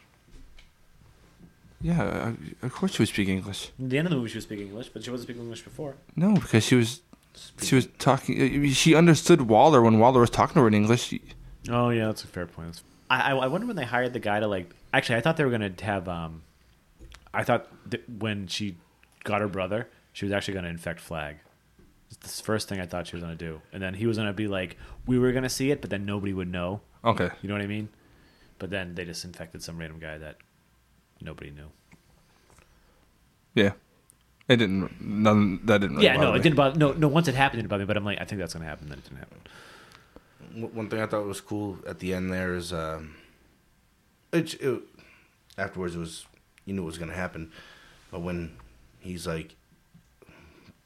yeah. I, of course, she would speak English.
At the end of the movie she was speaking English, but she wasn't speaking English before.
No, because she was she was talking. I mean, She understood Waller when Waller was talking to her in English. She,
Oh yeah, that's a fair point. That's- I, I I wonder when they hired the guy to like. Actually, I thought they were gonna have. Um, I thought that when she got her brother, she was actually gonna infect Flag. It's the first thing I thought she was gonna do, and then he was gonna be like, we were gonna see it, but then nobody would know.
okay,
You know what I mean? But then they just infected some random guy that nobody knew.
yeah, it didn't. None that didn't. Really
Oh, yeah, no,
bother
it
me.
didn't bother. No, no. Once it happened, it didn't bother me. But I'm like, I think that's gonna happen. Then it didn't happen.
W- One thing I thought was cool at the end there is, um, it, it afterwards it was you knew it was gonna happen, but when he's like,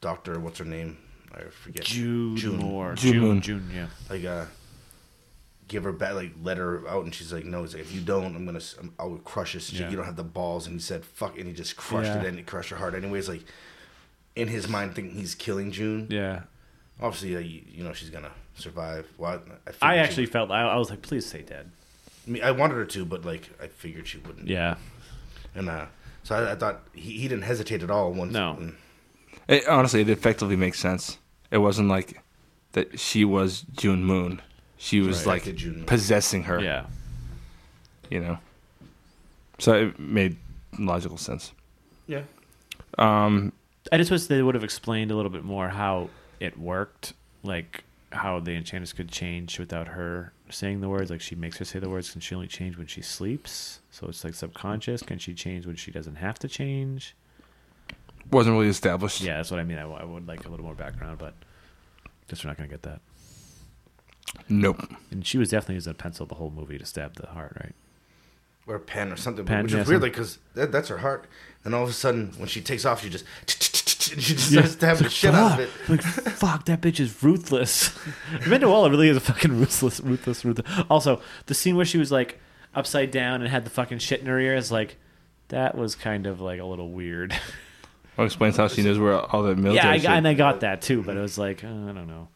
Doctor, what's her name? I forget.
June,
June.
Moore.
June Moon.
June, June, yeah.
Like, uh, give her back, like let her out, and she's like, no, he's like, if you don't, I'm gonna, s- I'm, I will crush this. She's like,
Yeah.
You don't have the balls, and he said, fuck, and he just crushed
Yeah.
it, and it crushed her heart. Anyways, like in his mind, thinking he's killing June.
Yeah.
Obviously, uh, you, you know she's gonna survive. Well, I, I,
I
figured she
actually felt. I, I was like, please stay dead.
I mean, I wanted her to, but like I figured she wouldn't.
Yeah.
And uh, so I, I thought he, he didn't hesitate at all. Once.
No.
Mm.
It, honestly, it effectively makes sense. It wasn't like that. She was June Moon. She was
Right. Like the
like
June Moon.
possessing her.
Yeah.
you know. So it made logical sense.
Yeah.
Um,
I just wish they would have explained a little bit more how it worked, like how the enchantress could change without her saying the words. Like she makes her say the words. Can she only change when she sleeps? So it's like subconscious. Can she change when she doesn't have to change?
wasn't really established.
Yeah, that's what I mean. I, w- I would like a little more background, but guess we're not going to get that.
Nope.
And she was definitely using a pencil the whole movie to stab the heart, right?
Or a pen or something,
Pen,
which
yeah,
is weird,
some-
like, because that, that's her heart. And all of a sudden, when she takes off, she just. [laughs] And she just starts stabbing the shit out of it.
Like, fuck, that bitch is ruthless. [laughs] Amanda Waller really is a fucking ruthless, ruthless, ruthless. Also, the scene where she was like upside down and had the fucking shit in her ears, like that was kind of like a little weird.
Well, explains how she knows where all the military.
yeah, I,
shit-
and I got that too, but it was like uh, I don't know.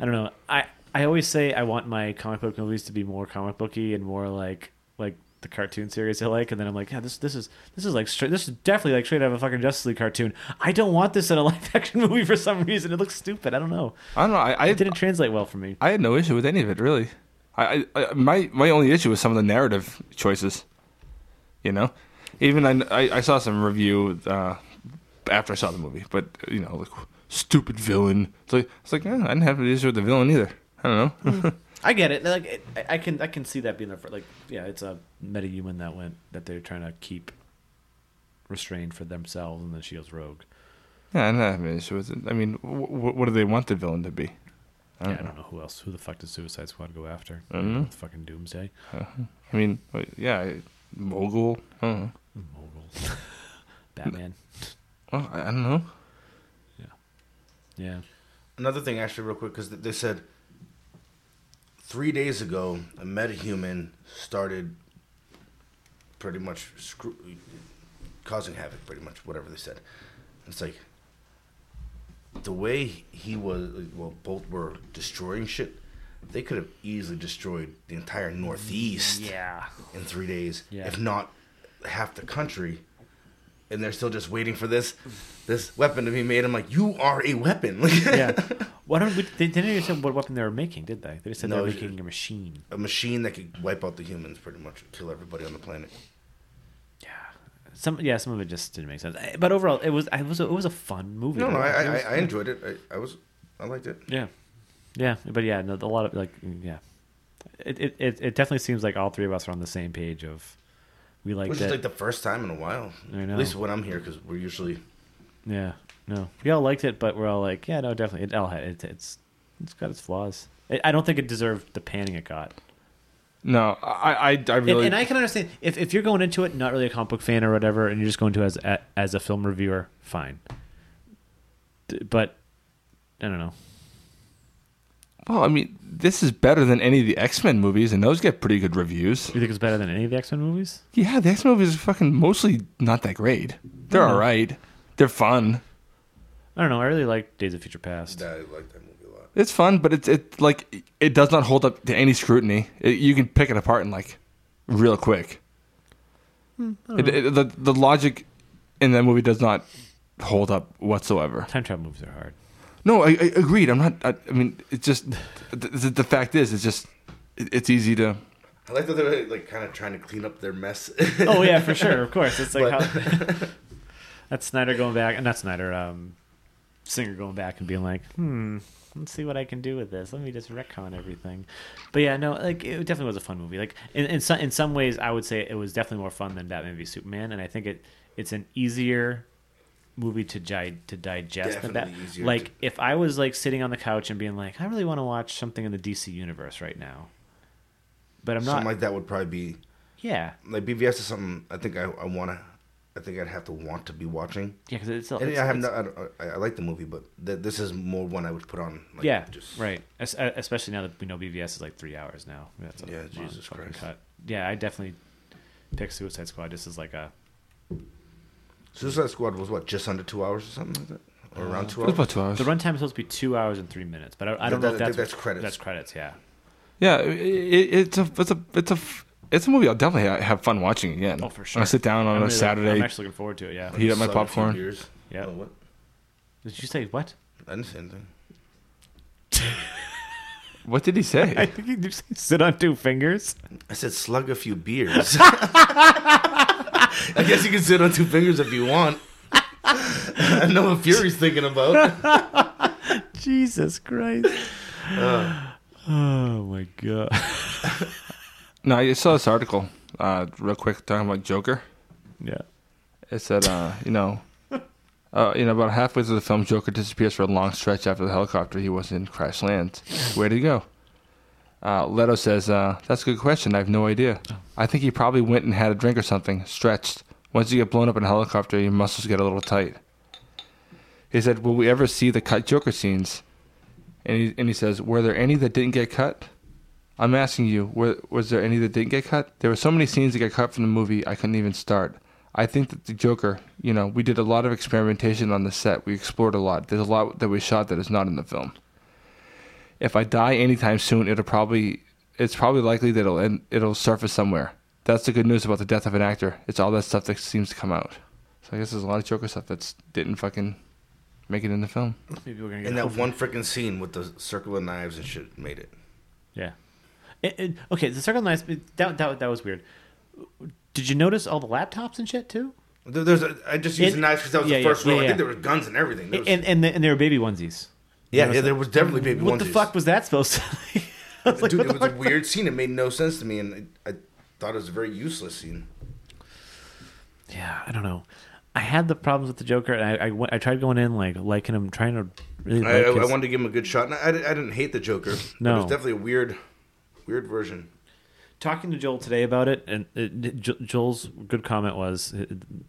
I don't know. I I always say I want my comic book movies to be more comic booky and more like like the cartoon series I like, and then I'm like, yeah, this this is this is like straight. This is definitely like straight out of a fucking Justice League cartoon. I don't want this in a [laughs] live action movie for some reason. It looks stupid. I don't know.
I don't know. I, I
It didn't translate well for me.
I had no issue with any of it really. I, I, I my my only issue was some of the narrative choices. You know, even I I, I saw some review uh, after I saw the movie, but you know, like stupid villain. It's like it's like eh, I didn't have an issue with the villain either. I don't
Hmm.
know.
I get it. Like it, I- I can I can see that being there for like yeah, it's a metahuman that went that they're trying to keep restrained for themselves, and then she goes rogue.
[laughs] yeah, I didn't have an issue with it. I mean, wh- wh- what do they want the villain to be?
Yeah,
I don't
I
know.
don't know who else. Who the fuck does Suicide Squad go after?
I
Mm-hmm.
don't know.
It's fucking Doomsday.
I mean, wait, yeah, I- mogul. I don't know.
[laughs]
Mogul. Batman.
Well, I I don't know.
Yeah.
Another thing, actually, real quick, because they said three days ago, a metahuman started pretty much screw- causing havoc, pretty much, whatever they said. It's like the way he was, well, both were destroying shit, they could have easily destroyed the entire Northeast
Yeah.
in three days,
Yeah.
if not half the country. And they're still just waiting for this this weapon to be made. I'm like, you are a weapon. [laughs] Like,
Yeah. Why don't we, they didn't even say what weapon they were making, did they? They just said
No,
they were
it-
making a machine.
a machine that could wipe out the humans pretty much kill everybody on the planet
Yeah. Some yeah, some of it just didn't make sense. Eh, But overall, it was I was a, it was a fun movie.
no no i
It
i,
was-
I enjoyed it I, I was i liked it
Yeah. Yeah, but yeah, no, a lot of like yeah. It it it it definitely seems like all three of us are on the same page of we like
which
that.
is like the first time in a while
I know.
at least when i'm here because we're usually
Yeah, no, we all liked it, but we're all like, yeah, no, definitely, it all had it, it's it's got its flaws. I I don't think it deserved the panning it got.
No, I I, I
And,
really
and I can understand if, if you're going into it not really a comic book fan or whatever, and you're just going to as a- as a film reviewer, fine. D- But I don't know.
Well, I mean, this is better than any of the X Men movies, and those get pretty good reviews.
You think it's better than any of the X Men movies?
Yeah, the X Men movies are fucking mostly not that great. They're all right. They're fun.
I don't know. I really like Days of Future Past.
i liked that movie a lot
It's fun, but it's it like it does not hold up to any scrutiny. It, you can pick it apart in like real quick.
Hmm,
It, it, the the logic in that movie does not hold up whatsoever.
Time travel movies are hard.
No, I, I agreed. I'm not. I, I mean, it's just the, the, the fact is, it's just it, it's easy to.
i like that they were like kind of trying to clean up their mess [laughs]
oh yeah, for sure, of course. It's like how that's Snyder going back, and not Snyder, um, Singer going back and being like, hmm, let's see what I can do with this. Let me just retcon everything. But yeah, no, like it definitely was a fun movie. Like in in some in some ways, I would say it was definitely more fun than Batman v Superman, and I think it it's an easier movie to gi- to digest than that.
Definitely easier
Like
to-
if I was like sitting on the couch and being like, I really want to watch something in the DC universe right now. But I'm not.
something like that would probably be
yeah,
like bvs is something i think i, I want to i think i'd have to want to be watching
yeah, because it's,
and
it's
i have
it's-
no I, don't- I, I like the movie but th- this is more one i would put on like,
yeah,
just
right. Es- uh, Especially now that we know BVS is like three hours now. That's a
Yeah,
long
Jesus
fucking
Christ.
Cut. Yeah, I definitely pick Suicide Squad. This is like a
suicide squad was what just under two hours or something like that or
Uh,
around two
It's
hours
about two hours.
the runtime is supposed to be two hours and three minutes, but I, I don't
That-
know if
that- I
that's
think that's credits.
That's credits. Yeah,
Yeah, i- i it's a it's a it's a it's a movie I'll definitely ha- have fun watching again.
oh for
When
sure.
I sit down
I'm
on a
really- I'm
Saturday.
actually looking forward to it. Yeah.
heat up my
Sub a few
popcorn.
beers.
Yeah.
Oh, what?
Did you say what?
I didn't say anything.
What did
[laughs]
he
I [laughs]
say?
think you just sit on two fingers. [laughs]
I said, slug a few beers. I guess you can sit on two fingers if you want. I know what Fury's
[laughs]
thinking about.
Jesus Christ.
Uh.
[sighs] oh my god. [laughs]
no, I saw this article uh, real quick talking about Joker.
Yeah.
It said, uh, you know, [laughs] uh, you know, about halfway through the film, Joker disappears for a long stretch after the helicopter he was in crash lands. Where did he go? Uh, Leto says, uh, "That's a good question. I have no idea. I think he probably went and had a drink or something. Stretched. Once you get blown up in a helicopter, your muscles get a little tight." He said, "Will we ever see the cut Joker scenes?" And he and he says, "Were there any that didn't get cut?" I'm asking you, were, was there any that didn't get cut? There were so many scenes that got cut from the movie, I couldn't even start. I think that the Joker, you know, we did a lot of experimentation on the set. We explored a lot. There's a lot that we shot that is not in the film. If I die anytime soon, it'll probably, it's probably likely that it'll end, it'll surface somewhere. That's the good news about the death of an actor. It's all that stuff that seems to come out. So I guess there's a lot of Joker stuff that didn't fucking make it in the film.
Maybe we're gonna
And that one freaking scene with the circle of knives and shit made it.
Yeah. It, it- okay, the circle knives. That, that that was weird. Did you notice all the laptops and shit too?
There- There's a, I just used
It-
knives because that was
yeah,
the first
yeah,
row.
yeah,
I think
yeah.
there was guns and everything. There was-
And and, the, and they were baby onesies.
yeah, yeah, there was definitely baby
What the
onesies.
fuck was that supposed to? be? [laughs] I was like,
Dude,
what
it
the
was a
fuck?
weird scene. It made no sense to me, and I, I thought it was a very useless scene.
Yeah, I don't know. I had the problems with the Joker, and I I, went, I tried going in like liking him, trying to really. Like
I, I, I
his-
wanted to give him a good shot. And I, I didn't- I didn't hate the Joker.
No.
it was definitely a weird, weird version.
talking to Joel today about it, and it, Jo- Joel's good comment was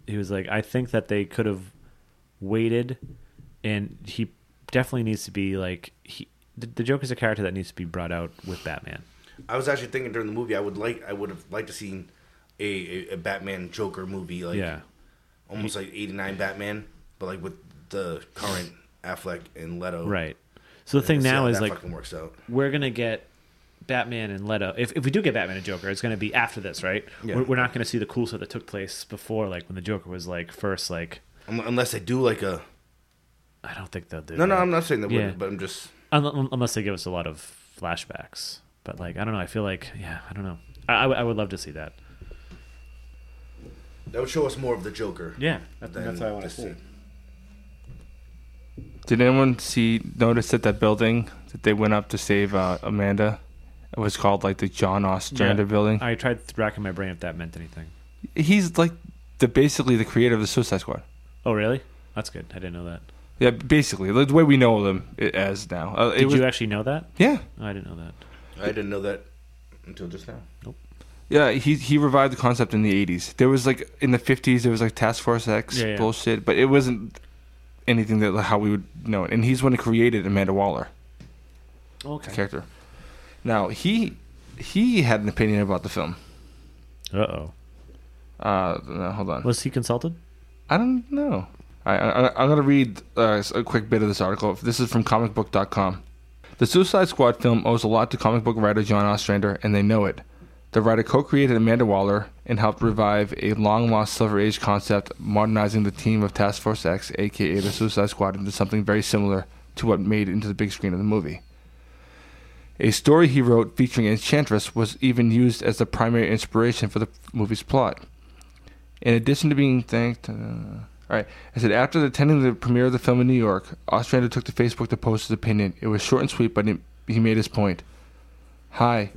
he was like, "I think that they could have waited, and he definitely needs to be like he." The, the Joker's a character that needs to be brought out with Batman.
I was actually thinking during the movie, I would like, I would have liked to seen a, a, a Batman Joker movie, like
yeah,
almost like '89 Batman, but like with the current [laughs] Affleck and Leto.
right. So the thing
See how
now is
that
like
fucking works out.
we're gonna get Batman and Leto. If, if we do get Batman and Joker, it's gonna be after this, right?
Yeah.
We're, we're not gonna see the cool stuff that took place before, like when the Joker was like first. Like
Um, Unless they do like a
I don't think they'll do.
no, no,
that.
I'm not saying they
Yeah.
wouldn't, but I'm just
Un- unless they give us a lot of flashbacks. But like, I don't know. I feel like, yeah, I don't know. I, I, w- I would love to see that.
that would show us more of the Joker.
Yeah, that,
than
that's what I want to
this
see.
scene.
Did anyone see notice that that building that they went up to save uh, Amanda it was called like the John Ostrander
Yeah.
building?
I tried th- racking my brain if that meant anything.
He's like the basically the creator of the Suicide Squad.
Oh, really? That's good. I didn't know that.
Yeah, basically like, the way we know them i- as now. Uh, it
Did
was-
you actually know that?
yeah,
Oh, I didn't know that.
I didn't know that until just now.
yeah. He he revived the concept in the eighties. There was like in the fifties there was like Task Force X
Yeah, yeah.
bullshit, but it wasn't anything that like, how we would know it. And he's the one who created Amanda Waller. the
Okay.
character. Now he he had an opinion about the film.
Uh oh.
Uh, no, hold on.
Was he consulted?
I don't know. I, I, I'm going to read uh, a quick bit of this article. This is from comicbook.com. The Suicide Squad film owes a lot to comic book writer John Ostrander, and they know it. The writer co created Amanda Waller and helped revive a long lost Silver Age concept, modernizing the team of Task Force X, aka the Suicide Squad, into something very similar to what made it into the big screen of the movie. A story he wrote featuring Enchantress was even used as the primary inspiration for the movie's plot. In addition to being thanked, uh, all right, I said after attending the premiere of the film in New York, Ostrander took to Facebook to post his opinion. It was short and sweet, but he he made his point. Hi.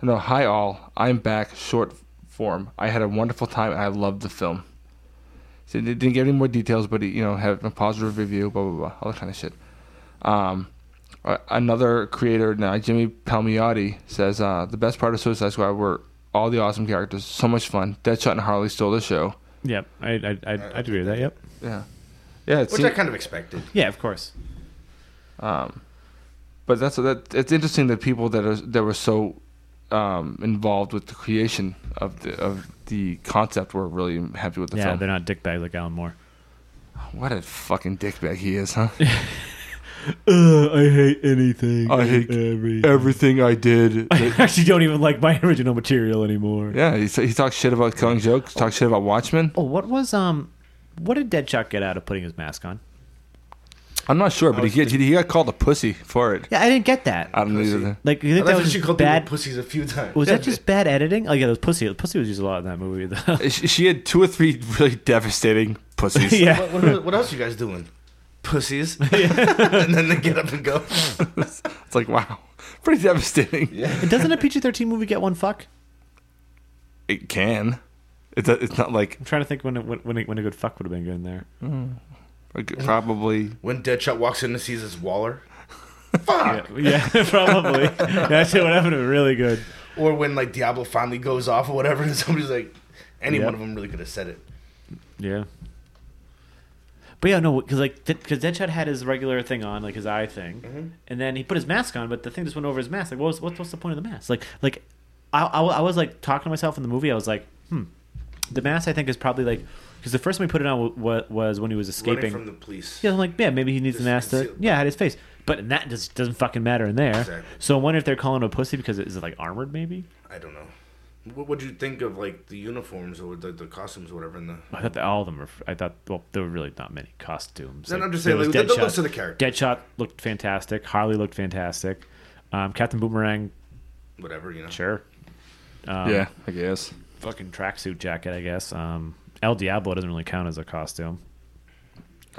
No, hi all. I'm back. Short form. I had a wonderful time. and I loved the film. So it didn't give any more details, but he, you know, had a positive review. Blah blah blah. All that kind of shit. Um, a- another creator now, Jimmy Palmiotti, says uh, the best part of Suicide Squad were all the awesome characters. So much fun. Deadshot and Harley stole the show.
Yep. I I I I'd agree with that. Yep.
Yeah, yeah. It
Which
seemed,
I kind of expected.
Yeah, of course.
um, but that's that. It's interesting that people that are that were so um, involved with the creation of the of the concept were really happy with the
yeah,
film.
they're not dickbags like Alan Moore.
What a fucking dickbag he is, huh?
Uh, I hate anything.
I hate Everything I did.
[laughs] I actually don't even like my [laughs] original material anymore.
yeah, he, he talks shit about killing jokes. Talks shit about Watchmen.
Oh, what was um, what did Deadshot get out of putting his mask on?
I'm not sure, but
was
he, get- he got called a pussy for it.
Yeah, I didn't get that.
I don't know either.
Like, you think that
That's what
was
she
just
called
bad?
people pussies a few times.
Was that just bad editing? Oh yeah, that was pussy. Pussy was used a lot in that movie. Though.
She she had two or three really devastating
[laughs]
pussies.
yeah,
[laughs] What, what, what else you guys doing?
[laughs]
Pussies. [laughs] and then they get up and go.
It's like, wow. Pretty devastating.
and doesn't a PG thirteen movie get one fuck?
It can. It's, a, it's not like
I'm trying to think when it, when when a, when a good fuck would have been good in there.
like, probably.
When Deadshot walks in and sees his
[laughs]
Waller. Fuck.
Yeah, [laughs]
[laughs]
probably. That shit would have been really good.
Or when like Diablo finally goes off or whatever, and somebody's like, any
Yep.
one of them really could have said it.
Yeah. But yeah, no, because like because Deadshot had his regular thing on, like his eye thing,
Mm-hmm.
and then he put his mask on, but the thing just went over his mask. Like, what was, what's what's the point of the mask? Like, like I, I I was like talking to myself in the movie. I was like, hmm, the mask I think is probably like because the first time he put it on was, was when he was escaping.
Running from the police.
Yeah, I'm like, yeah, maybe he needs an
Just
ass to
conceal-
yeah, hide his face. But that just doesn't fucking matter in there.
Exactly.
So I wonder if they're calling him a pussy because it, is it like armored maybe?
I don't know. What would you think of like the uniforms or the, the costumes or whatever in the
I thought that all of them were. I thought well, there were really not many costumes.
No, no, I'm just
there
saying,
was
like, the- the
Deadshot-
looks of the character.
Deadshot looked fantastic. Harley looked fantastic. Um, Captain Boomerang,
whatever, you know?
sure. Um,
yeah, I guess.
Fucking tracksuit jacket, I guess. Um, El Diablo doesn't really count as a costume.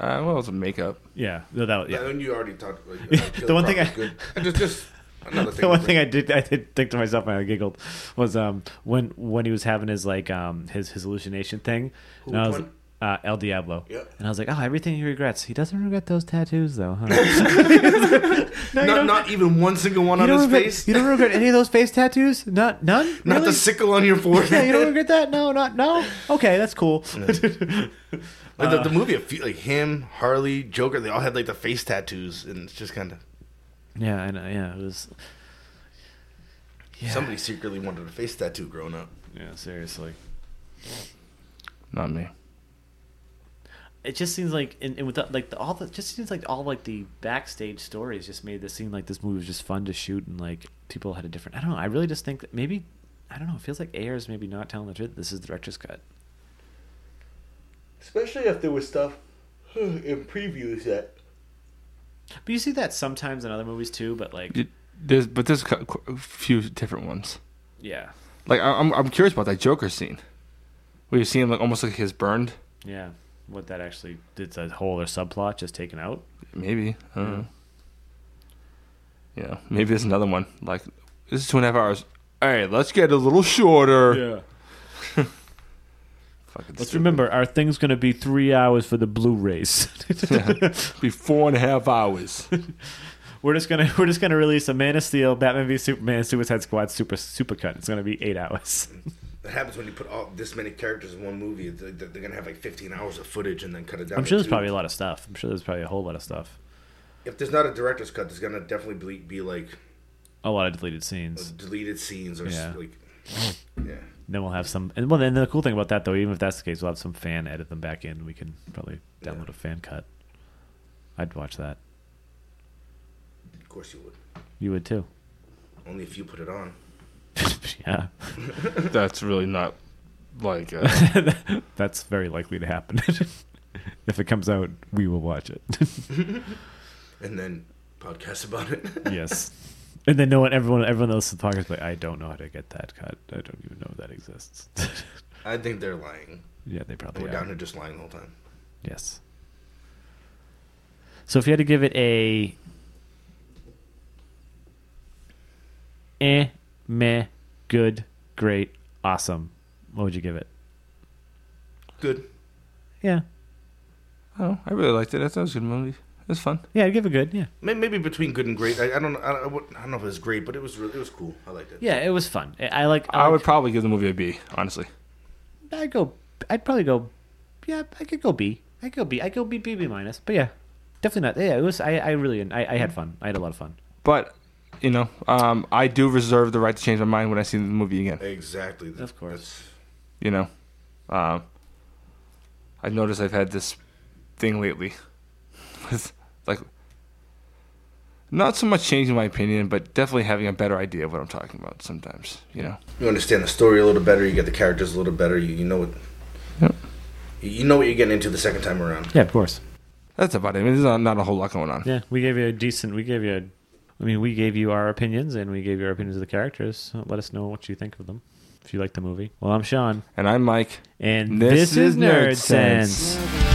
Uh, well, it's makeup.
Yeah, no, that [laughs] yeah.
And you already talked. Like, uh, Kill
the one thing
Croc's
I-
good. just just another
[laughs]
thing.
the one thing I did I did think to myself and I giggled was um when when he was having his like um his, his hallucination thing and I
Which
was
one?
uh, El Diablo
Yeah.
and I was like oh everything he regrets he doesn't regret those tattoos though
[laughs]
huh [laughs] no, you
not
don't,
not even one single one
you
on
don't
his
regret,
face.
you don't regret any of those face
[laughs]
tattoos not none
Not
really?
the sickle on your
[laughs]
forehead.
yeah you don't regret that no not no okay that's cool [laughs]
Like the, the
Uh.
movie, a few, like him, Harley, Joker, they all had like the face tattoos, and it's just kind of
yeah I know yeah it was yeah
somebody secretly wanted a face tattoo growing up.
yeah seriously
Not me.
it just seems like and, and with the, like the, all the just seems like all like the backstage stories just made this seem like this movie was just fun to shoot and like people had a different I don't know I really just think that maybe I don't know it feels like Ayers maybe not telling the truth this is the director's cut
Especially if there was stuff [sighs] in previews that.
but you see that sometimes in other movies too but like
It- There's, but there's a cou- a few different ones.
yeah
Like I- I'm, I'm curious about that Joker scene. Where you see him like almost like his burned,
yeah what that actually did the whole or subplot just taken out
maybe. I don't know. Yeah, maybe there's another one. Like this is two and a half hours. All right, let's get a little shorter. Fucking
let's
stupid.
remember our thing's gonna be three hours for the Blu-rays [laughs]
be four and a half hours.
we're just gonna we're just gonna release a Man of Steel Batman v Superman Suicide Squad super supercut it's gonna be eight hours.
That happens when you put all this many characters in one movie. It's like They're they're gonna have like 15 hours of footage and then cut it down.
I'm
to
sure there's
two.
probably a lot of stuff. I'm sure there's probably a whole lot of stuff.
if there's not a director's cut, there's gonna definitely be, be like
A lot of deleted scenes.
deleted scenes or s-
Yeah.
like yeah.
Then we'll have some. And well, then the cool thing about that though, even if that's the case, we'll have some fan edit them back in. We can probably download a fan cut. I'd watch that.
Of course you would.
You would too. [laughs]
Only if you put it on.
yeah, [laughs]
[laughs] That's really not like. [laughs] Uh,
that's very likely to happen. [laughs] if it comes out, we will watch it. [laughs]
and then podcast [laughs] about it.
yes. And then no one, everyone, everyone else in the podcast, is like, I don't know how to get that cut. I don't even know if that exists. [laughs]
I think they're lying.
yeah, they probably
We're
are.
down here just lying the whole time.
Yes. So if you had to give it a eh, meh, good, great, awesome, what would you give it?
Good.
Yeah.
oh, I really liked it. I thought it was a good movie. It was fun.
Yeah, I'd give it good, yeah.
May- Maybe between good and great. I, I don't. I, I, would- I don't know if it was great, but it was. Really, it was cool. I liked it.
Yeah, it was fun. I, I like
I would probably give the movie a B, honestly.
I'd go I'd probably go yeah, I could go B. I could go B. I could go B B B minus. But yeah. Definitely not. Yeah, it was I, I really I, I had fun. I had a lot of fun.
But you know, um, I do reserve the right to change my mind when I see the movie again.
Exactly.
Of course.
That's-
You know, um, I've noticed I've had this thing lately [laughs] with like not so much changing my opinion, but definitely having a better idea of what I'm talking about sometimes. You know,
you understand the story a little better. You get the characters a little better. You, you know what.
Yep.
You you know what you're getting into the second time around.
Yeah, of course.
That's about it. I mean, there's not, not a whole lot going on.
Yeah, we gave you a decent. We gave you. a I mean, we gave you our opinions, and we gave you our opinions of the characters. So let us know what you think of them. If you like the movie, well, I'm Sean,
And I'm Mike.
and this, is Nerd Sense.
Sense.